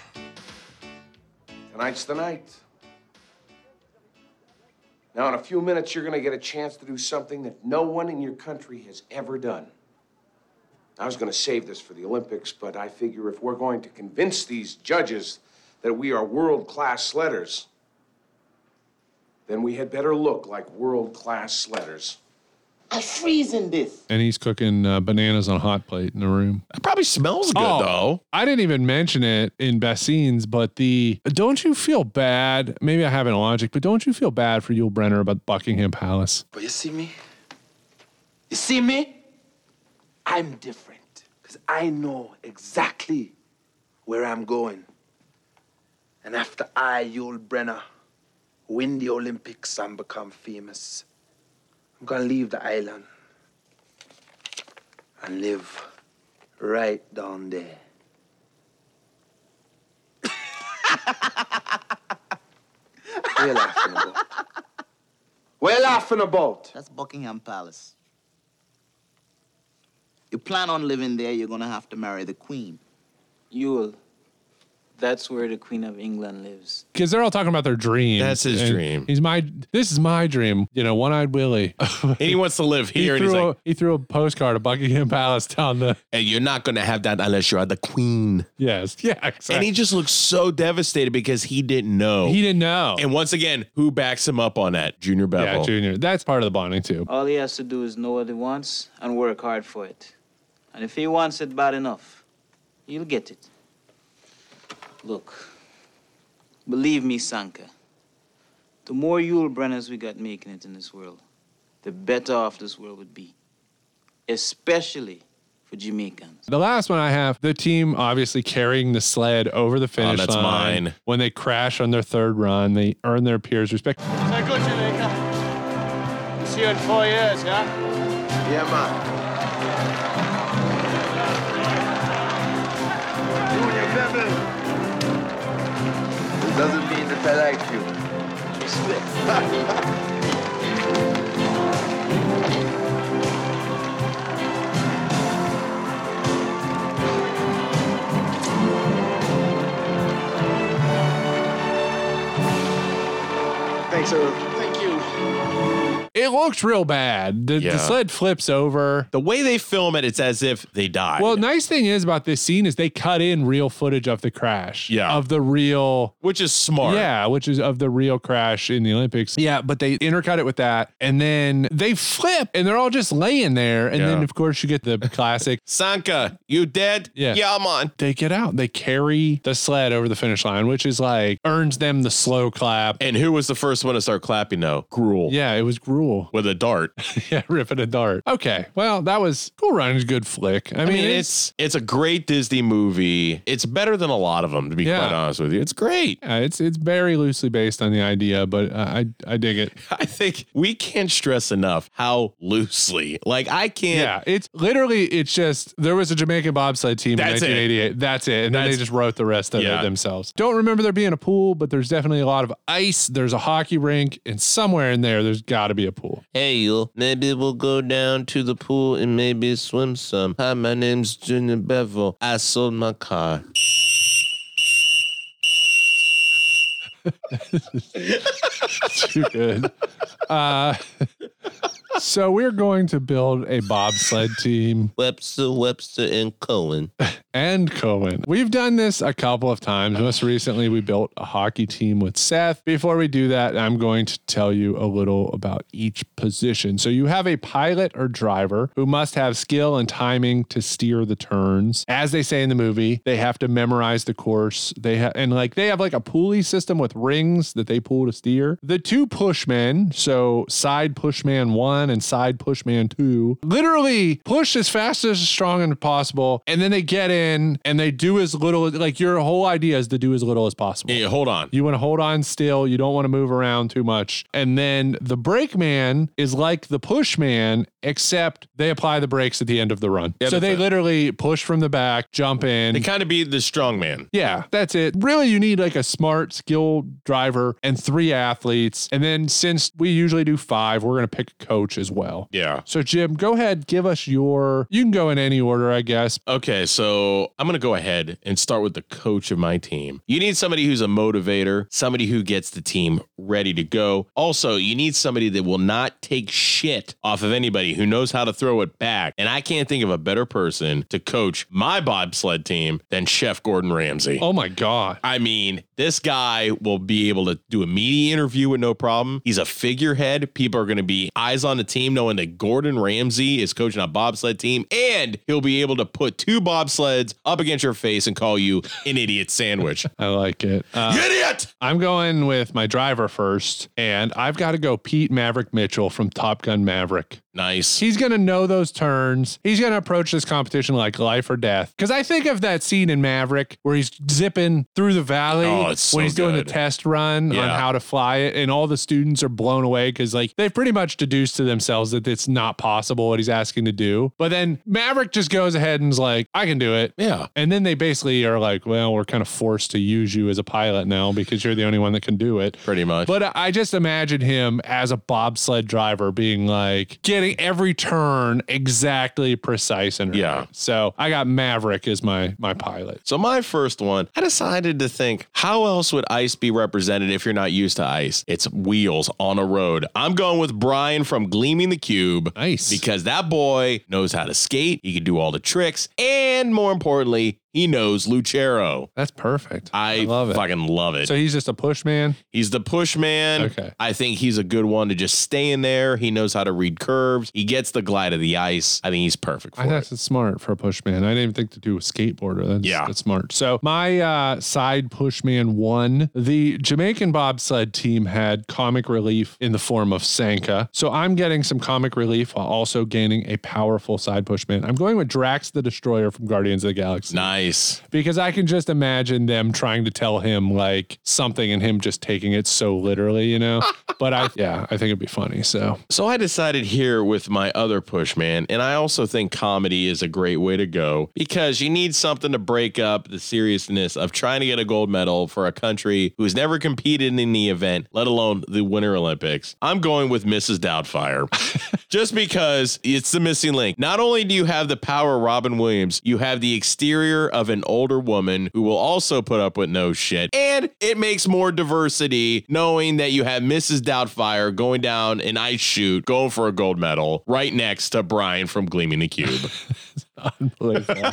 Tonight's the night. Now, in a few minutes, you're going to get a chance to do something that no one in your country has ever done. I was going to save this for the Olympics, but I figure if we're going to convince these judges that we are world class sledders, then we had better look like world class sledders.
I freeze in this.
And he's cooking uh, bananas on a hot plate in the room. Oh,
It probably smells good though.
I didn't even mention it in Bassine's, but the don't you feel bad? Maybe I haven't logic, but don't you feel bad for Yul Brenner about Buckingham Palace?
But you see me? You see me? I'm different. Because I know exactly where I'm going. And after I, Yul Brenner, win the Olympics and become famous, I'm going to leave the island and live right down there. We're laughing about. We're laughing about.
That's Buckingham Palace. You plan on living there, you're gonna have to marry the Queen.
Yule, that's where the Queen of England lives.
Because they're all talking about their dreams.
That's his
And
dream.
He's my. This is my dream. You know, one-eyed Willie. and
he wants to live here,
He
and he's
threw,
like-
a, he threw a postcard of Buckingham Palace down the.
And you're not going to have that unless you are the queen.
Yes. Yeah. Exactly.
And he just looks so devastated because he didn't know.
He didn't know.
And once again, who backs him up on that? Junior Bevel.
Yeah, Junior. That's part of the bonding too.
All he has to do is know what he wants and work hard for it. And if he wants it bad enough, he'll get it. Look, believe me, Sanka, the more Yule Brenners we got making it in this world, the better off this world would be. Especially for Jamaicans.
The last one I have the team obviously carrying the sled over the finish
that's
line.
mine.
When they crash on their third run, they earn their peers' respect.
So good, Jamaica. See you in four years, yeah? Yeah, man. Junior Bevel. It doesn't mean that I like you. Respect.
Thanks, Irv. Thank you.
It looks real bad. The,
Yeah.
the sled flips over.
The way they film it, it's as if they died.
Well, nice thing is about this scene is they cut in real footage of the crash. Yeah. Of the real
which is smart.
Yeah, which is of the real crash in the Olympics. Yeah, but they intercut it with that and then they flip and they're all just laying there. And then
Yeah.
of course you get the classic
Sanka, you dead?
Yeah.
Yeah, I'm on.
They get out. They carry the sled over the finish line, which is like earns them the slow clap.
And who was the first one to start clapping though? Gruel.
Yeah, it was gruel.
With a dart.
yeah, ripping a dart. Okay. Well, that was cool running's a good flick. I,
I
mean,
mean,
it's,
it's it's a great Disney movie. It's better than a lot of them, to be
Yeah.
quite honest with you. It's great.
yeah, it's it's very loosely based on the idea, but uh, I I dig it.
I think we can't stress enough how loosely. Like I can't.
Yeah, it's literally it's just there was a Jamaican bobsled team
That's it.
in 1988. That's it, and then they
That's-
just wrote the rest of
Yeah.
it themselves. Don't remember there being a pool, but there's definitely a lot of ice. There's a hockey rink, and somewhere in there, there's got to be a pool.
Hey, you. Maybe we'll go down to the pool and maybe swim some. Hi, my name's Junior Bevel. I sold my car.
Too good. Uh, so we're going to build a bobsled team.
Webster, Webster, and Cohen.
and Cohen. We've done this a couple of times. Most recently, we built a hockey team with Seth. Before we do that, I'm going to tell you a little about each position. So, you have a pilot or driver who must have skill and timing to steer the turns. As they say in the movie, they have to memorize the course. They have, and like they have like a pulley system with rings that they pull to steer. The two pushmen, so side pushman one and side pushman two, literally push as fast as strong and possible, and then they get in and they do as little like your whole idea is to do as little as possible.
Yeah, hold on.
You want to hold on still. You don't want to move around too much. And then the brake man is like the push man, except they apply the brakes at the end of the run.
Yeah,
so
that's
they
it.
literally push from the back, jump in.
They kind of be the strong man.
Yeah, that's it. Really, you need like a smart, skilled driver and three athletes. And then since we usually do five, we're going to pick a coach as well.
Yeah.
So, Jim, go ahead, give us your. You can go in any order, I guess.
Okay, so I'm going to go ahead and start with the coach of my team. You need somebody who's a motivator, somebody who gets the team ready to go. Also, you need somebody that will not take shit off of anybody who knows how to throw it back. And I can't think of a better person to coach my bobsled team than Chef Gordon Ramsay.
Oh my God.
I mean, this guy will be able to do a media interview with no problem. He's a figurehead. People are going to be eyes on the team, knowing that Gordon Ramsay is coaching a bobsled team, and he'll be able to put two bobsleds up against your face and call you an idiot sandwich.
I like it. Uh,
idiot!
I'm going with my driver first, and I've got to go Pete Maverick Mitchell from Top Gun Maverick.
Nice.
He's going to know those turns. He's going to approach this competition like life or death. Because I think of that scene in Maverick where he's zipping through the valley
Oh, it's so
when he's doing the
good.
test run on
Yeah.
how to fly it, and all the students are blown away because like they've pretty much deduced to themselves that it's not possible what he's asking to do. But then Maverick just goes ahead and's like, "I can do it."
Yeah.
And then they basically are like, "Well, we're kind of forced to use you as a pilot now because you're the only one that can do it."
Pretty much.
But I just imagine him as a bobsled driver being like getting every turn exactly precise and yeah. So I got Maverick as my my pilot.
So my first one, I decided to think, how else would ice be represented if you're not used to ice? It's wheels on a road. I'm going with Brian from Gleaming the Cube.
Nice.
Because that boy knows how to skate, he can do all the tricks, and more importantly, he knows Lucero.
That's perfect.
I, love it. fucking love it.
So he's just a push man.
He's the push man.
Okay.
I think he's a good one to just stay in there. He knows how to read curves. He gets the glide of the ice. I think he's perfect for
I
it.
thought it's smart for a pushman. I didn't even think to do a skateboarder. That's,
Yeah.
that's smart. So my uh, side pushman won. The Jamaican bobsled team had comic relief in the form of Sanka. So I'm getting some comic relief while also gaining a powerful side pushman. I'm going with Drax the Destroyer from Guardians of the Galaxy.
Nice.
Because I can just imagine them trying to tell him like something and him just taking it so literally, you know? but I, yeah, I think it'd be funny. So
So I decided here with my other push, man, and I also think comedy is a great way to go because you need something to break up the seriousness of trying to get a gold medal for a country who's never competed in the event, let alone the Winter Olympics. I'm going with Mrs. Doubtfire. Just because it's the missing link. Not only do you have the power of Robin Williams, you have the exterior of an older woman who will also put up with no shit. And it makes more diversity knowing that you have Mrs. Doubtfire going down an ice shoot, going for a gold medal, right next to Brian from Gleaming the Cube.
Unbelievable.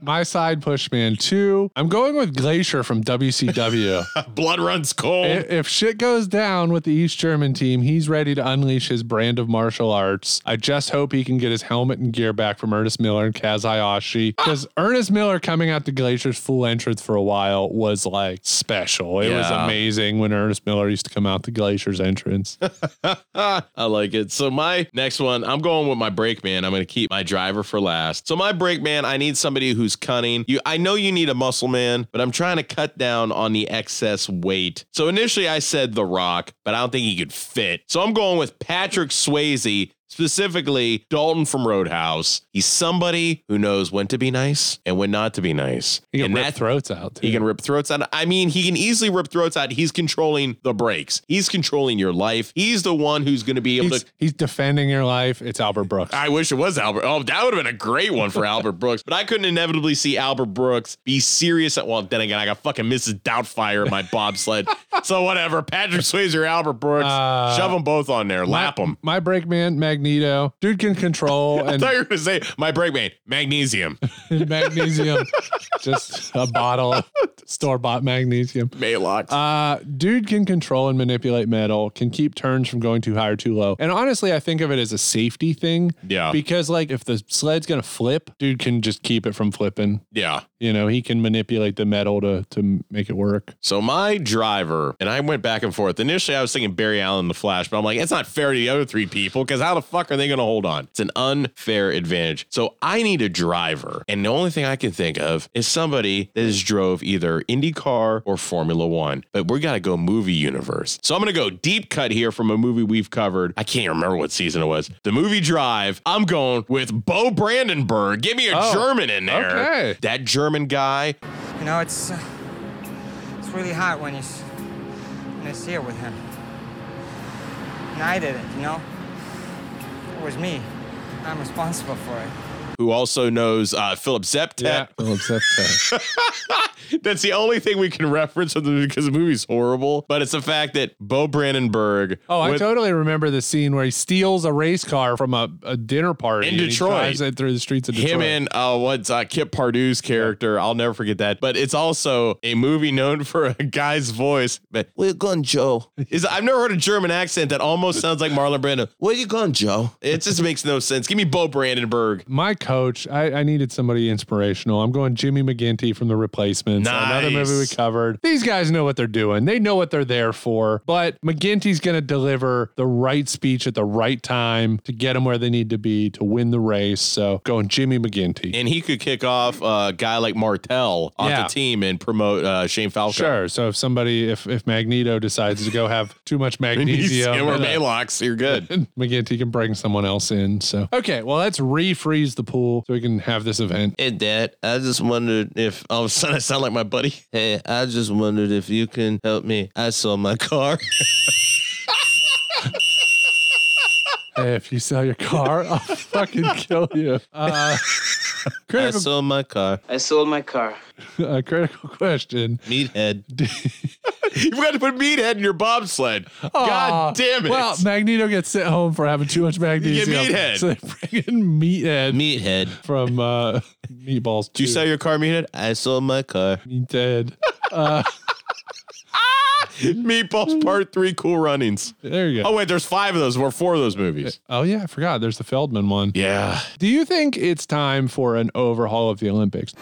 My side push man two. I'm going with Glacier from WCW.
Blood runs cold.
I- If shit goes down with the East German team, he's ready to unleash his brand of martial arts. I just hope he can get his helmet and gear back from Ernest Miller and Kaz Hayashi.
Ah!
Because Ernest Miller coming out to Glacier's full entrance for a while was like special. It was
Yeah.
amazing when Ernest Miller used to come out to Glacier's entrance.
I like it. So my next one, I'm going with my brake man. I'm going to keep my driver for last. So my brake man, I need somebody who's cunning. You, I know you need a muscle man, but I'm trying to cut down on the excess weight. So initially I said The Rock, but I don't think he could fit. So I'm going with Patrick Swayze. Specifically, Dalton from Roadhouse. He's somebody who knows when to be nice and when not to be nice.
He can
And
rip
that-
throats out.
he can rip throats out. I mean, he can easily rip throats out. He's controlling the brakes. He's controlling your life. He's the one who's going to be able
He's,
to.
he's defending your life. It's Albert Brooks.
I wish it was Albert. Oh, that would have been a great one for Albert Brooks. But I couldn't inevitably see Albert Brooks be serious. At, well, then again, I got fucking Mrs. Doubtfire in my bobsled.
Uh,
so whatever. Patrick Swayze or Albert Brooks, shove them both on there, lap them.
My brake man, Mag Magneto. Dude can control
I
and
thought you were gonna say my break man, magnesium.
magnesium. Just a bottle of store bought magnesium.
Malox.
Uh, dude can control and manipulate metal, can keep turns from going too high or too low. And honestly, I think of it as a safety thing.
Yeah.
Because, like, if the sled's going to flip, dude can just keep it from flipping.
Yeah.
You know, he can manipulate the metal to, to make it work.
So my driver and I went back and forth. Initially, I was thinking Barry Allen in the Flash, but I'm like, it's not fair to the other three people because how the fuck are they going to hold on? It's an unfair advantage. So I need a driver, and the only thing I can think of is somebody that has drove either IndyCar or Formula One. But we got to go movie universe. So I'm going to go deep cut here from a movie we've covered. I can't remember what season it was. The movie Drive. I'm going with Bo Brandenburg. Give me a
Oh,
German in there.
okay.
That German guy.
You know, it's uh, it's really hot when he's when it's here with him. And I did it, you know. It was me. I'm responsible for it.
who also knows uh, Philip Zeptek.
Philip Zeptek.
That's the only thing we can reference with the, because the movie's horrible, but it's the fact that Bo Brandenburg.
Oh, I
with-
totally remember the scene where he steals a race car from a, a dinner party
In
and he
Detroit.
drives it through the streets of Detroit.
Him and uh, what's uh, Kip Pardew's character? I'll never forget that. But it's also a movie known for a guy's voice. But what you going, Joe? Is I've never heard a German accent that almost sounds like Marlon Brando. What you going, Joe? It just makes no sense. Give me Bo Brandenburg.
My coach, I, I needed somebody inspirational. I'm going Jimmy McGinty from The Replacements. Another
Nice.
movie we covered. These guys know what they're doing. They know what they're there for. But McGinty's going to deliver the right speech at the right time to get them where they need to be to win the race. So going Jimmy McGinty.
And he could kick off a guy like Martel off
Yeah.
the team and promote uh, Shane Falco.
Sure. So if somebody, if if Magneto decides to go have too much magnesium,
or
and, uh,
Malox, you're good.
McGinty can bring someone else in. So okay, well let's refreeze the pool so we can have this event.
Hey, Dad, I just wondered if all of a sudden I sound like my buddy. Hey, I just wondered if you can help me. I sold my car.
Hey, if you sell your car, I'll fucking kill you. Uh, critical,
sold my car.
I sold my car.
uh, critical question.
Meathead. you forgot to put Meathead in your bobsled. God damn it.
Well, Magneto gets sent home for having too much magnesium.
meathead.
So they bring in Meathead.
Meathead.
From uh, Meatballs.
Did you sell your car, Meathead? I sold my car.
Meathead. Uh,
Meatballs Part 3 Cool Runnings.
There you go.
Oh, wait, there's five of those. Or four of those movies.
oh, yeah, I forgot. There's the Feldman one.
Yeah.
Do you think it's time for an overhaul of the Olympics?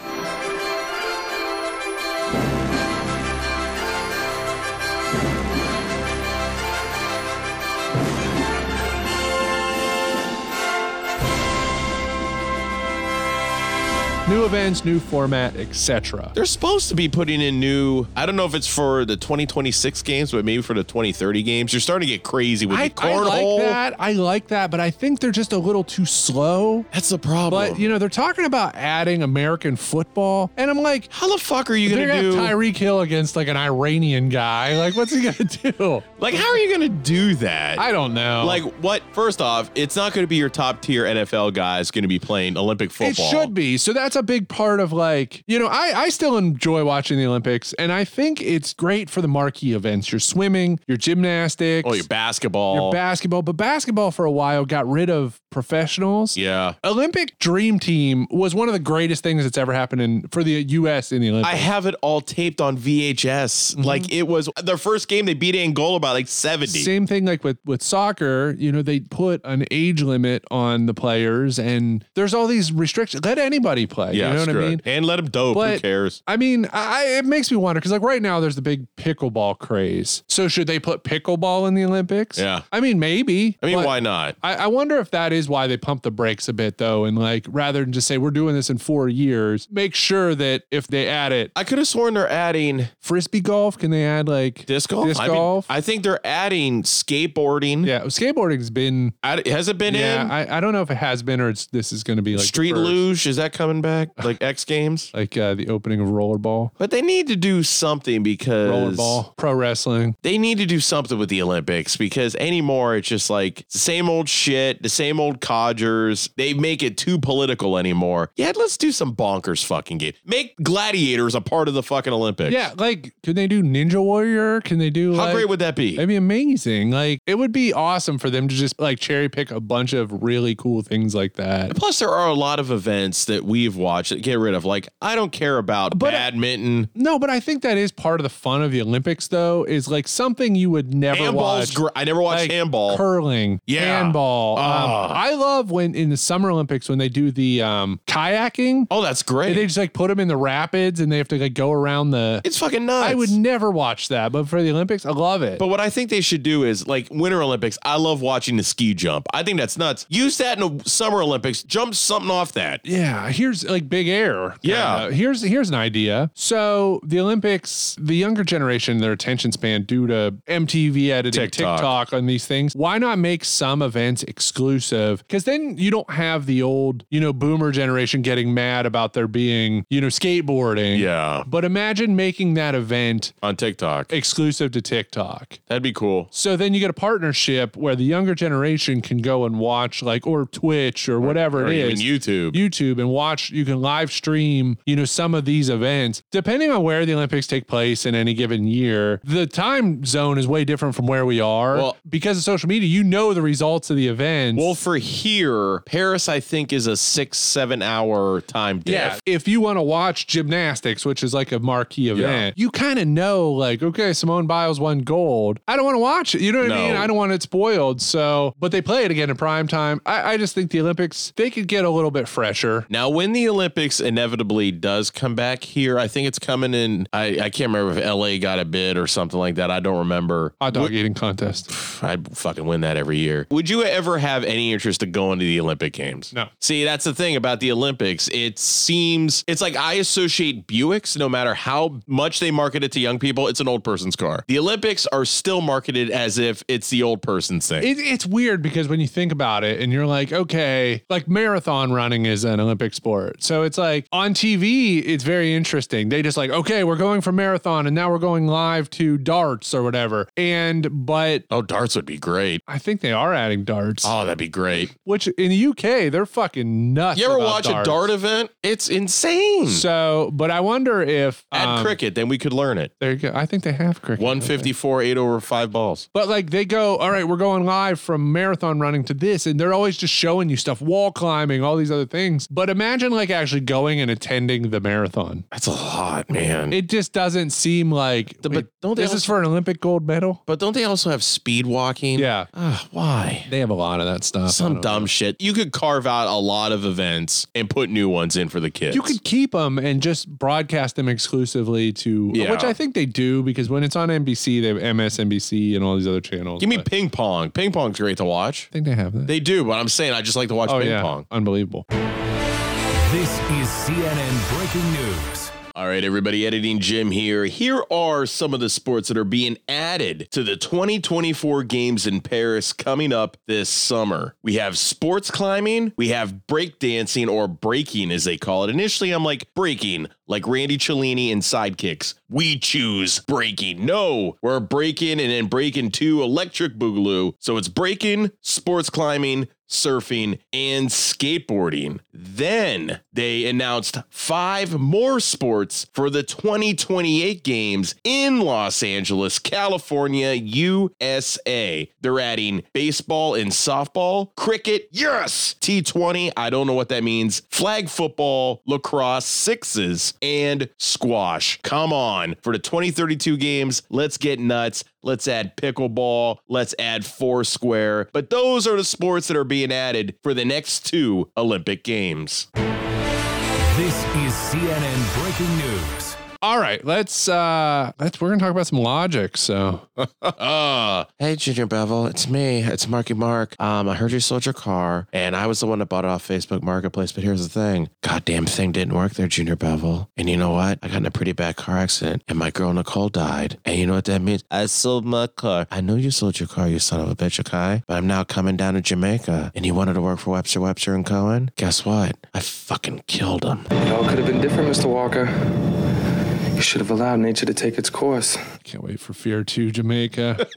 New events, new format, etc.
They're supposed to be putting in new. I don't know if it's for the 2026 games, but maybe for the 2030 games. You're starting to get crazy with the
I
cornhole.
like that. I like that, but I think they're just a little too slow.
That's the problem.
But you know, they're talking about adding American football, and I'm like,
how the fuck are you
they're
gonna do-
have Tyreek Hill against like an Iranian guy? Like, what's he gonna do?
Like, how are you going to do that?
I don't know.
Like, what? First off, it's not going to be your top tier NFL guys going to be playing Olympic football.
It should be. So that's a big part of like, you know, I, I still enjoy watching the Olympics and I think it's great for the marquee events. Your swimming, your gymnastics,
Oh, your basketball.
your basketball. But basketball for a while got rid of professionals.
yeah.
Olympic dream team was one of the greatest things that's ever happened in for the US in the Olympics.
I have it all taped on VHS.
Mm-hmm.
Like, it was their first game, they beat Angola by like 70.
Same thing like with with soccer, you know, they put an age limit on the players and there's all these restrictions. Let anybody play.
yeah,
you know
screw
what
it.
I mean?
And let them dope. Who
But-
cares?
I mean, I, it makes me wonder because, like, right now there's the big pickleball craze. So, should they put pickleball in the Olympics?
Yeah.
I mean, maybe.
I mean,
but
why not?
I, I wonder if that is why they pump the brakes a bit, though. And, like, rather than just say, we're doing this in four years, make sure that if they add it,
I could have sworn they're adding
frisbee golf. Can they add, like,
disc golf.
Disc
I, mean,
golf?
I think they're adding skateboarding.
yeah, skateboarding's been.
I- Has it been
yeah,
in?
I, I don't know if it has been or it's, this is going to be like the
Street
first.
luge is that coming back? back? Like X Games?
like uh, the opening of Rollerball.
But they need to do something because
Rollerball, pro wrestling.
They need to do something with the Olympics because anymore it's just like the same old shit, the same old codgers. They make it too political anymore. Yeah, let's do some bonkers fucking game. Make gladiators a part of the fucking Olympics.
Yeah, like can they do Ninja Warrior? Can they do
How
like,
great would that be?
That'd be amazing. Like it would be awesome for them to just like cherry pick a bunch of really cool things like that.
Plus, there are a lot of events that we've watched that get rid of. Like, I don't care about
But- uh,
badminton.
No, but I think that is part of the fun of the Olympics, though, is like something you would never
Handball's
watch.
gr- I never watched
Like
handball.
Curling,
Yeah.
handball. Um,
Ah.
I love when in the Summer Olympics when they do the um, kayaking.
Oh, that's great.
They just like put them in the rapids and they have to like go around the.
It's fucking nuts.
I would never watch that, but for the Olympics, I love it.
But what I think they should do is like Winter Olympics. I love watching the ski jump. I think that's nuts. Use that in the Summer Olympics. Jump something off that.
Yeah, here's like big air.
Yeah.
Uh, here's here's an idea. So the Olympics, the younger generation, their attention span due to MTV editing,
TikTok.
TikTok, on these things. Why not make some events exclusive? Because then you don't have the old, you know, boomer generation getting mad about there being, you know, skateboarding.
Yeah.
But imagine making that event
On TikTok.
exclusive to TikTok.
That'd be cool.
So then you get a partnership where the younger generation can go and watch like or Twitch or whatever
or
it
even
is.
YouTube.
YouTube and watch you can live stream, you know, some of these events. Depending on where the Olympics take place in any given year, the time zone is way different from where we are.
Well-
because of social media, you know the results of the events.
Well, for here, Paris, I think, is a six, seven hour time diff.
Yeah. If you want to watch gymnastics, which is like a marquee event, you kind of know, like, okay, Simone Biles won gold. I don't want to watch it. You know what
No.
I mean? I don't want it spoiled. So, but they play it again in prime time. I, I just think the Olympics, they could get a little bit fresher.
Now, when the Olympics inevitably does come back here, I think it's coming in. I, I can't remember if LA got a bid or something like that. I don't remember.
Hot dog
Would-
eating contest.
I'd fucking win that every year. Would you ever have any interest in going to the Olympic Games?
No.
See, that's the thing about the Olympics. It seems it's like I associate Buicks, no matter how much they market it to young people, it's an old person's car. The Olympics are still marketed as if it's the old person's thing.
It, it's weird because when you think about it and you're like, okay, like marathon running is an Olympic sport. So it's like on TV, it's very interesting. They just like, okay, we're going for marathon and now we're going live to darts or whatever. And, but
oh, darts would be great.
I think they are adding darts,
Oh, that'd be great.
which in the UK, they're fucking nuts.
You ever
about
watch
darts.
a dart event? It's insane.
So, but I wonder if.
Add
um,
cricket, then we could learn it.
There you go. I think they have cricket.
154, 8 over 5 balls.
But like they go, all right, we're going live from marathon running to this, and they're always just showing you stuff, wall climbing, all these other things. But imagine like actually going and attending the marathon.
That's a lot, man.
It just doesn't seem like
The- but
wait,
don't they
this is
also-
for an Olympic gold medal.
But don't they also have speed walking?
Yeah,
Ah, why?
they have a lot of that stuff. I
Some
don't know.
dumb shit. You could carve out a lot of events and put new ones in for the kids.
You could keep them and just broadcast them exclusively to,
Yeah.
which I think they do because when it's on NBC, they have MSNBC and all these other channels.
give me
but
ping pong. Ping pong's great to watch.
I think they have that.
They do, but I'm saying I just like to watch
oh
ping
yeah,
pong.
unbelievable.
This is CNN Breaking News.
All right, everybody, editing Jim here. Here are some of the sports that are being added to the 2024 games in Paris coming up this summer. We have sports climbing, we have breakdancing or breaking as they call it. Initially, I'm like breaking, like Randy Cellini and sidekicks. We choose breaking. No, we're breaking and then breaking two electric boogaloo. So it's breaking, sports climbing, surfing, and skateboarding. Then they announced five more sports for the 2028 games in Los Angeles, California, USA. They're adding baseball and softball, cricket, yes, T20, I don't know what that means, flag football, lacrosse, sixes, and squash. Come on. For the 2032 games, let's get nuts. Let's add pickleball. Let's add foursquare. But those are the sports that are being added for the next two Olympic Games.
This is CNN Breaking News.
All right, let's uh let's we're gonna talk about some logic. So
uh,
hey, Junior Bevel, it's me. It's Marky Mark. Um, I heard you sold your car, and I was the one that bought it off Facebook Marketplace. But here's the thing: goddamn thing didn't work there, Junior Bevel. And you know what? I got in a pretty bad car accident, and my girl Nicole died. And you know what that means? I sold my car. I know you sold your car, you son of a bitch, okay? But I'm now coming down to Jamaica, and you wanted to work for Webster, Webster and Cohen. Guess what? I fucking killed him.
It all could have been different, Mr. Walker. You should have allowed nature to take its course.
Can't wait for Fear 2 Jamaica.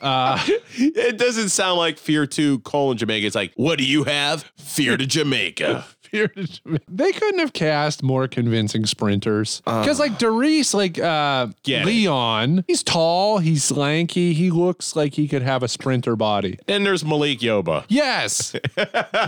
Uh, it doesn't sound like Fear 2 colon Jamaica. It's like, what do you have? Fear to Jamaica.
Fear to Jamaica. They couldn't have cast more convincing sprinters.
Uh,
Because, like, Derice, like, uh,
Get it.
Leon, he's tall, he's lanky, he looks like he could have a sprinter body.
Then there's Malik Yoba.
Yes.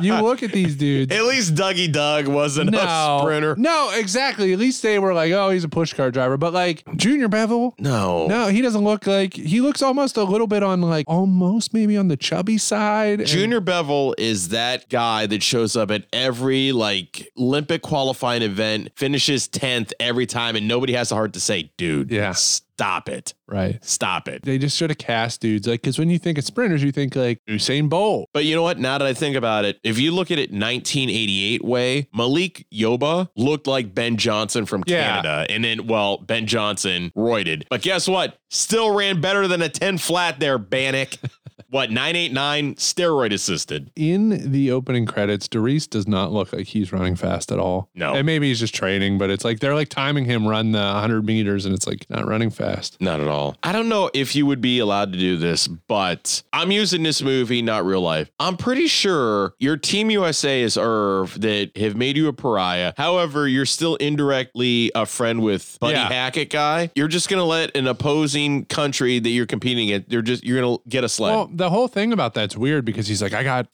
you look at these dudes.
At least Dougie Doug wasn't a sprinter.
No, exactly. At least they were like, oh, he's a push car driver. But like Junior Bevel,
no,
no, he doesn't look like he looks almost a little bit on like almost maybe on the chubby side. And-
Junior Bevel is that guy that shows up at every like Olympic qualifying event, finishes 10th every time, and nobody has the heart to say, dude,
Yeah.
stop it.
Right.
Stop it.
They just should have cast dudes like because when you think of sprinters, you think like Usain Bolt.
But you know what? Now that I think about it, if you look at it 1988 way, Malik Yoba looked like Ben Johnson from
Yeah.
Canada. And then, well, Ben Johnson roided. But guess what? Still ran better than a 10 flat there, Bannock. what, 989 steroid assisted?
In the opening credits, Derice does not look like he's running fast at all.
No.
And maybe he's just training, but it's like they're like timing him run the 100 meters and it's like not running fast.
Not at all. I don't know if you would be allowed to do this, but I'm using this movie, not real life. I'm pretty sure your Team USA is Irv that have made you a pariah. However, you're still indirectly a friend with Buddy
Yeah.
Hackett guy. You're just gonna let an opposing country that you're competing in, they're just you're gonna get a sled.
Well, the whole thing about that's weird because he's like, I got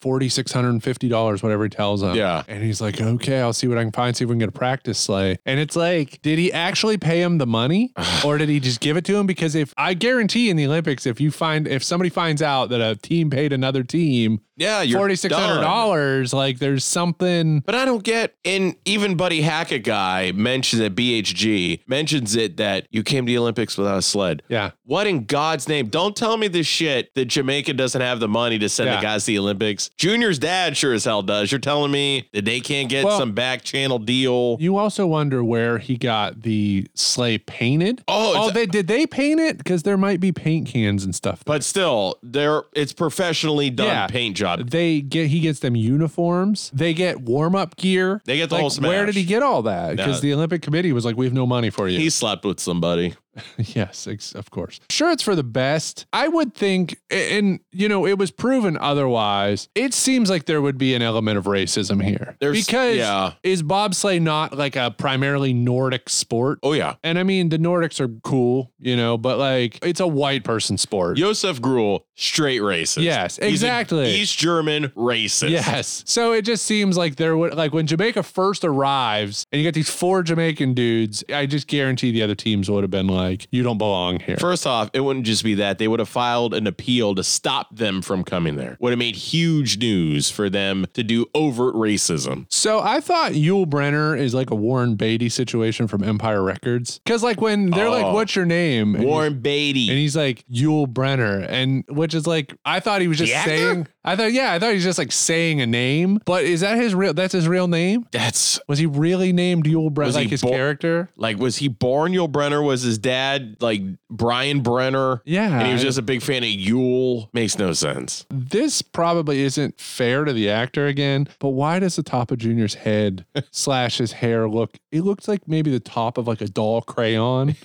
$4,650, whatever he tells him.
Yeah.
And he's like, okay, I'll see what I can find, see if we can get a practice sleigh. And it's like, did he actually pay him the money or did he just give it to him? Because if I guarantee in the Olympics, if you find, if somebody finds out that a team paid another team
yeah, you're done.
$4,600, like there's something.
But I don't get, and even Buddy Hackett guy mentions it, BHG mentions it that you came to the Olympics without a sled.
Yeah.
What in God's name? Don't tell me this shit that Jamaica doesn't have the money to send
Yeah.
the guys to the Olympics. Junior's dad sure as hell does. You're telling me that they can't get
Well-
some back channel deal.
You also wonder where he got the sleigh painted.
Oh,
oh
it's-
they, did they paint it? Because there might be paint cans and stuff.
But still, they're it's professionally done
Yeah.
paint job.
They get he gets them uniforms. They get warm up gear.
They get the
Like,
whole smash.
Where did he get all that? Because
Yeah.
the Olympic Committee was like, "We have no money for you."
He slept with somebody.
yes, ex- of course. Sure, it's for the best. I would think, a- and you know, it was proven otherwise. It seems like there would be an element of racism here
There's-
because
yeah.
is bobsleigh not like a primarily Nordic sport?
Oh yeah.
And I mean, the Nordics are cool, you know, but like it's a white person sport.
Josef Gruhl, straight racist.
Yes,
He's an
exactly.
East German racist.
Yes. So it just seems like there would like when Jamaica first arrives and you got these four Jamaican dudes, I just guarantee the other teams would have been like, you don't belong here.
First off, it wouldn't just be that. They would have filed an appeal to stop them from coming there. Would have made huge news for them to do overt racism.
so I thought Yul Brenner is like a Warren Beatty situation from Empire Records. Cause like when they're like,
Oh.
what's your name? And
Warren Beatty.
he's- And he's like Yul Brenner, and which is like I thought he was just
The actor?
saying. I thought, yeah, I thought he was just like saying a name. But is that his real? That's his real name.
That's
Was he really named Yul Brenner?
Was he
Like his
bo-
character?
like, was he born Yul Brenner? Was his dad like Brian Brenner?
Yeah.
And he was just a big fan of Yule. Makes no sense.
this probably isn't fair to the actor again, but why does the top of Junior's head slash his hair look? It looks like maybe the top of like a doll crayon.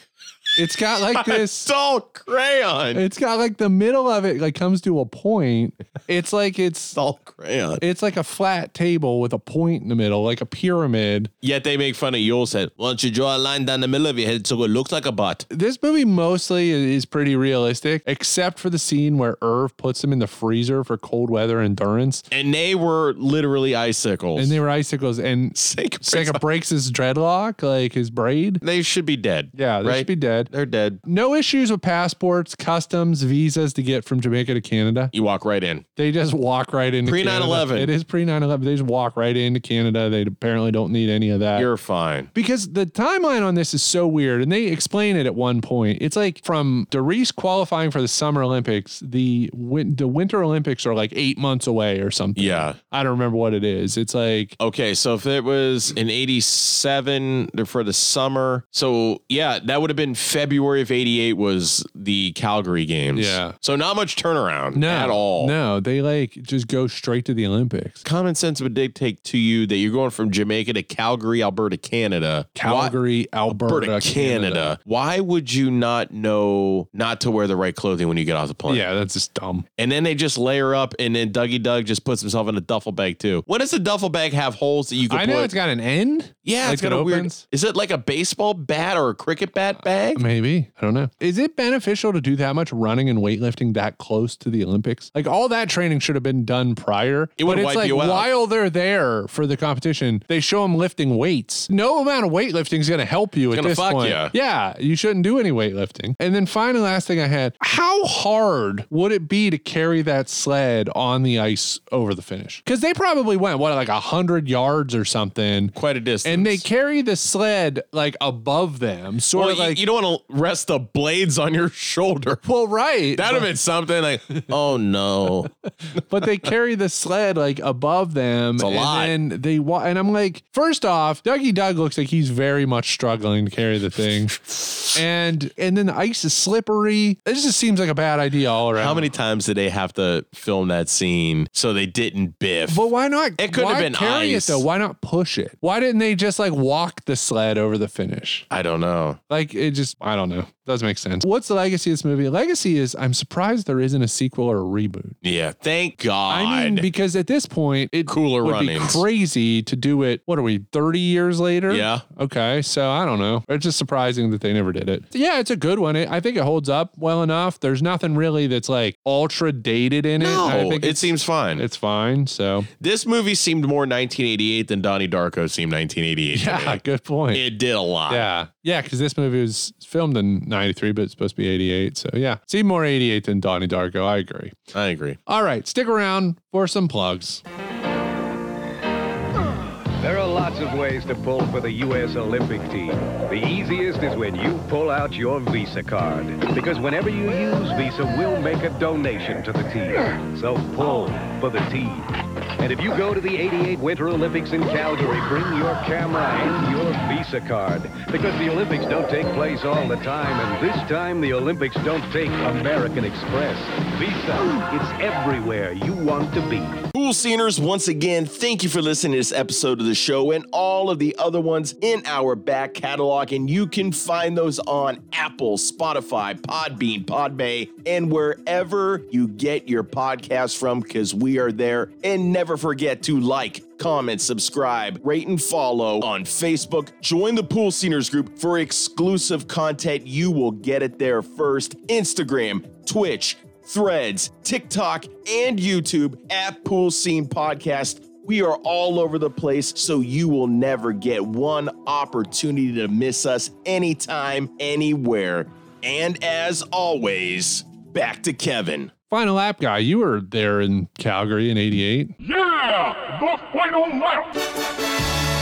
It's got like this.
Doll crayon.
It's got like the middle of it like comes to a point. It's like it's
doll crayon.
It's like a flat table with a point in the middle, like a pyramid.
Yet they make fun of Yule's head. Why don't you draw a line down the middle of your head so it looks like a butt?
This movie mostly is pretty realistic, except for the scene where Irv puts him in the freezer for cold weather endurance.
And they were literally icicles.
And they were icicles, and Sega breaks his dreadlock, like his braid.
They should be dead.
Yeah, they
right?
should be dead. dead.
They're dead.
No issues with passports, customs, visas to get from Jamaica to Canada.
You walk right in.
They just walk right into
Pre
Canada.
9/11.
It is pre 9 11. They just walk right into Canada. They apparently don't need any of that.
You're fine.
Because the timeline on this is so weird, and they explain it at one point. It's like from Doris qualifying for the Summer Olympics, the win- the Winter Olympics are like eight months away or something.
Yeah.
I don't remember what it is. It's like
Okay, so if it was in 87 for the summer, so yeah, that would have been February of 88 was the Calgary games.
Yeah.
So not much turnaround
no
at all.
No, they like just go straight to the Olympics.
Common sense would dictate to you that you're going from Jamaica to Calgary, Alberta, Canada.
Calgary, Alberta,
Alberta, Canada.
Canada.
Why would you not know not to wear the right clothing when you get off the plane?
Yeah, that's just dumb.
And then they just layer up, and then Dougie Doug just puts himself in a duffel bag too. What does a duffel bag have holes that you can?
I
put?
know it's got an end.
Yeah,
Like
it's got
that
a weird.
opens?
Is it like a baseball bat or a cricket bat bag?
Maybe. I don't know. Is it beneficial to do that much running and weightlifting that close to the Olympics? Like all that training should have been done prior.
It would
But it's
wipe
like
you out.
while they're there for the competition, they show them lifting weights. No amount of weightlifting is going to help you
It's
at
gonna
this
fuck
point.
ya.
Yeah, you shouldn't do any weightlifting. And then finally, last thing I had: how hard would it be to carry that sled on the ice over the finish? Because they probably went what like hundred yards or something,
Quite a distance.
and they carry the sled like above them, sort
well,
of
you-
like
you don't want to rest the blades on your shoulder.
well, right.
That'd have been something like, oh no.
but they carry the sled like above them.
It's a
and
lot.
then they wa- and I'm like, first off, Dougie Doug looks like he's very much struggling to carry the thing, and and then the ice is slippery. This just seems like a bad idea all around.
How many times did they have to film that scene so they didn't biff?
But why not?
It could have
why
been
carry
ice.
it though. Why not push it? Why didn't they just like walk the sled over the finish?
I don't know.
Like it just, I don't know. Does make sense. What's the legacy of this movie? Legacy is I'm surprised there isn't a sequel or a reboot.
Yeah, thank God.
I mean, because at this point, it
Cooler
would
runnings.
be crazy to do it. What are we, 30 years later?
Yeah.
Okay. So I don't know. It's just surprising that they never did it. Yeah, it's a good one. It, I think it holds up well enough. There's nothing really that's like ultra dated in it. I
no,
think
it seems fine.
it's fine. So
this movie seemed more 1988 than Donnie Darko seemed 1988. to
yeah,
me.
good point.
It did a lot.
yeah. Yeah. Cause this movie was filmed in 93, but it's supposed to be 88. So yeah, see more 88 than Donnie Darko. I agree.
I agree.
All right. Stick around for some plugs.
There are lots of ways to pull for the U.S. Olympic team. The easiest is when you pull out your Visa card. Because whenever you use Visa, we'll make a donation to the team. So pull for the team. And if you go to the 88 Winter Olympics in Calgary, bring your camera and your Visa card. Because the Olympics don't take place all the time, and this time the Olympics don't take American Express. Visa, it's everywhere you want to be.
Cool Sceners, once again, thank you for listening to this episode of the show and all of the other ones in our back catalog. And you can find those on Apple, Spotify, Podbean, Podbay, and wherever you get your podcast from, because we are there. And never forget to like, comment, subscribe, rate, and follow on Facebook. Join the Pool Sceners group for exclusive content. You will get it there first. Instagram, Twitch, Threads, TikTok, and YouTube at Pool Scene Podcast. We are all over the place, so you will never get one opportunity to miss us anytime, anywhere. And as always, back to Kevin.
Final lap guy, you were there in Calgary in 88.
Yeah! Dos fuego muerto!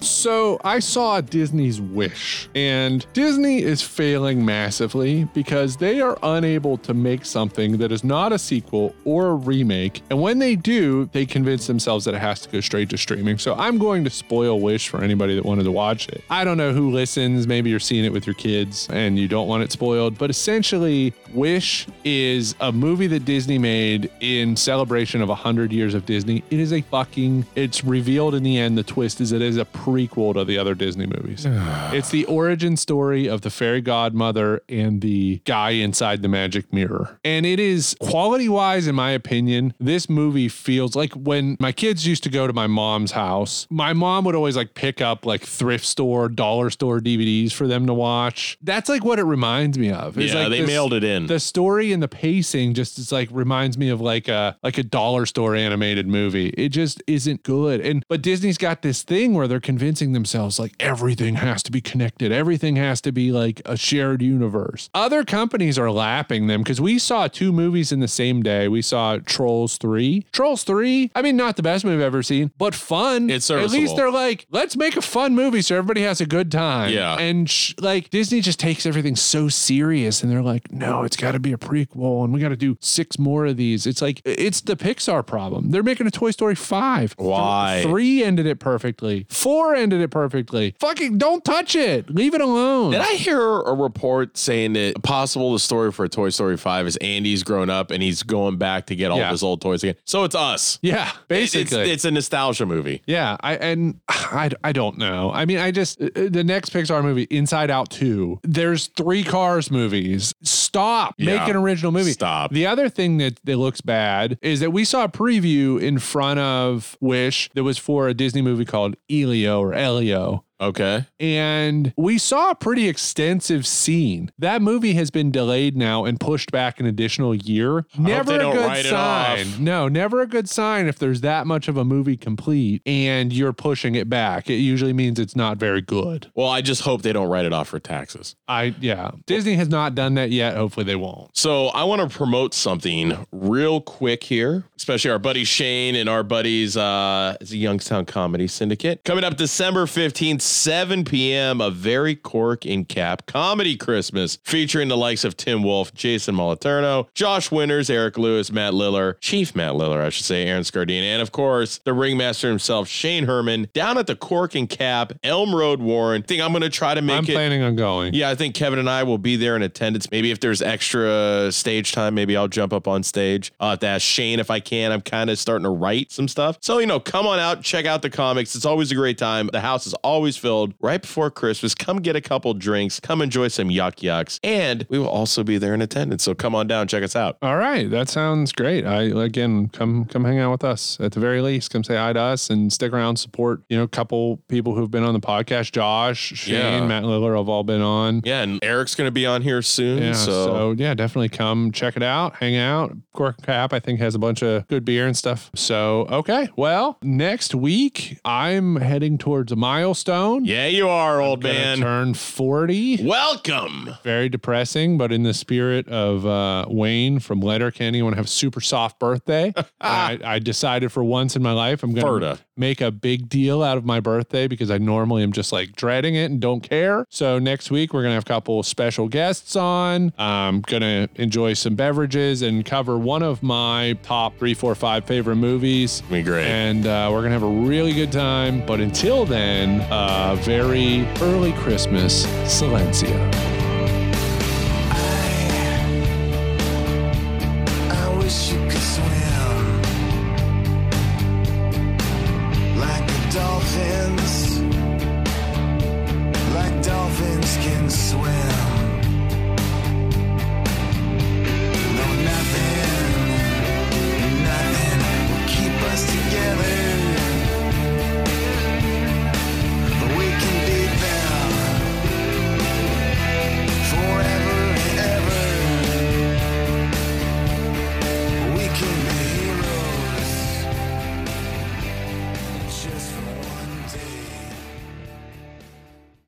So I saw Disney's Wish, and Disney is failing massively because they are unable to make something that is not a sequel or a remake. And when they do, they convince themselves that it has to go straight to streaming. So I'm going to spoil Wish for anybody that wanted to watch it. I don't know who listens. Maybe you're seeing it with your kids and you don't want it spoiled, but essentially, Wish is a movie that Disney made in celebration of 100 years of Disney. It is a fucking, it's revealed in the end. The twist is it is a prequel sequel to the other Disney movies. it's the origin story of the fairy godmother and the guy inside the magic mirror. And it is quality wise, in my opinion, this movie feels like when my kids used to go to my mom's house, my mom would always like pick up like thrift store, dollar store DVDs for them to watch. That's like what it reminds me of. It's
Yeah,
like
they mailed it in.
The story and the pacing just is like reminds me of like a like a dollar store animated movie. It just isn't good. And but Disney's got this thing where they're convincing themselves like everything has to be connected. Everything has to be like a shared universe. Other companies are lapping them because we saw two movies in the same day. We saw Trolls 3. Trolls 3, I mean not the best movie I've ever seen, but fun. It's At least
serviceable.
they're like, let's make a fun movie so everybody has a good time.
Yeah.
And sh- like Disney just takes everything so serious and they're like, no, it's got to be a prequel and we got to do six more of these. It's like, it's the Pixar problem. They're making a Toy Story 5.
Why?
Three ended it perfectly, four ended it perfectly. Fucking don't touch it. Leave it alone.
Did I hear a report saying that possible the story for Toy Story 5 is Andy's grown up and he's going back to get all
Yeah.
his old toys again? So it's us.
Yeah, basically.
it's, it's a nostalgia movie.
Yeah, I and I, I don't know. I mean, I just uh, the next Pixar movie, Inside Out 2. There's three Cars movies. Stop.
Yeah.
Make an original movie. Stop. The other thing that, that looks bad is that we saw a preview in front of Wish that was for a Disney movie called Elio or Elio.
Okay.
And we saw a pretty extensive scene. That movie has been delayed now and pushed back an additional year. Never
they
a
don't
good
write it
sign.
off.
No, never a good sign if there's that much of a movie complete and you're pushing it back. It usually means it's not very good.
Well, I just hope they don't write it off for taxes.
I yeah. Disney has not done that yet. Hopefully they won't.
So I want to promote something real quick here, especially our buddy Shane and our buddies uh it's a Youngstown Comedy Syndicate. Coming up December 15th, 7 p.m. A very cork and cap comedy Christmas featuring the likes of Tim Wolf, Jason Moliterno, Josh Winters, Eric Lewis, Matt Liller, Chief Matt Liller, I should say, Aaron Scardina, and of course the ringmaster himself, Shane Herman, down at the Cork and Cap, Elm Road Warren. Think I'm gonna try to make
I'm
it
planning on going.
yeah, I think Kevin and I will be there in attendance. Maybe if there's extra stage time, maybe I'll jump up on stage. I'll have to ask Shane if I can. I'm kind of starting to write some stuff. So, you know, come on out, check out the comics. It's always a great time. The house is always filled right before Christmas. Come get a couple drinks, come enjoy some yuck yucks, and we will also be there in attendance. So come on down, check us out.
All right, that sounds great. I again come come hang out with us at the very least. Come say hi to us and stick around, support you know a couple people who've been on the podcast. Josh, Shane,
Yeah.
Matt Liller have all been on.
Yeah, and Eric's going to be on here soon.
Yeah, so.
so.
yeah, definitely come check it out, hang out. Cork Cap, I think, has a bunch of good beer and stuff. So okay, well, next week I'm heading towards a milestone.
Yeah, you are, old
Gonna
man.
Turn forty.
Welcome.
Very depressing, but in the spirit of uh, Wayne from Letterkenny, I want to have a super soft birthday. I, I decided for once in my life I'm going
Ferda.
to make a big deal out of my birthday because I normally am just like dreading it and don't care. So next week we're going to have a couple special guests on. I'm going to enjoy some beverages and cover one of my top three, four, five favorite movies.
Be great.
And uh, we're going to have a really good time. But until then, uh, very early Christmas, Silencia.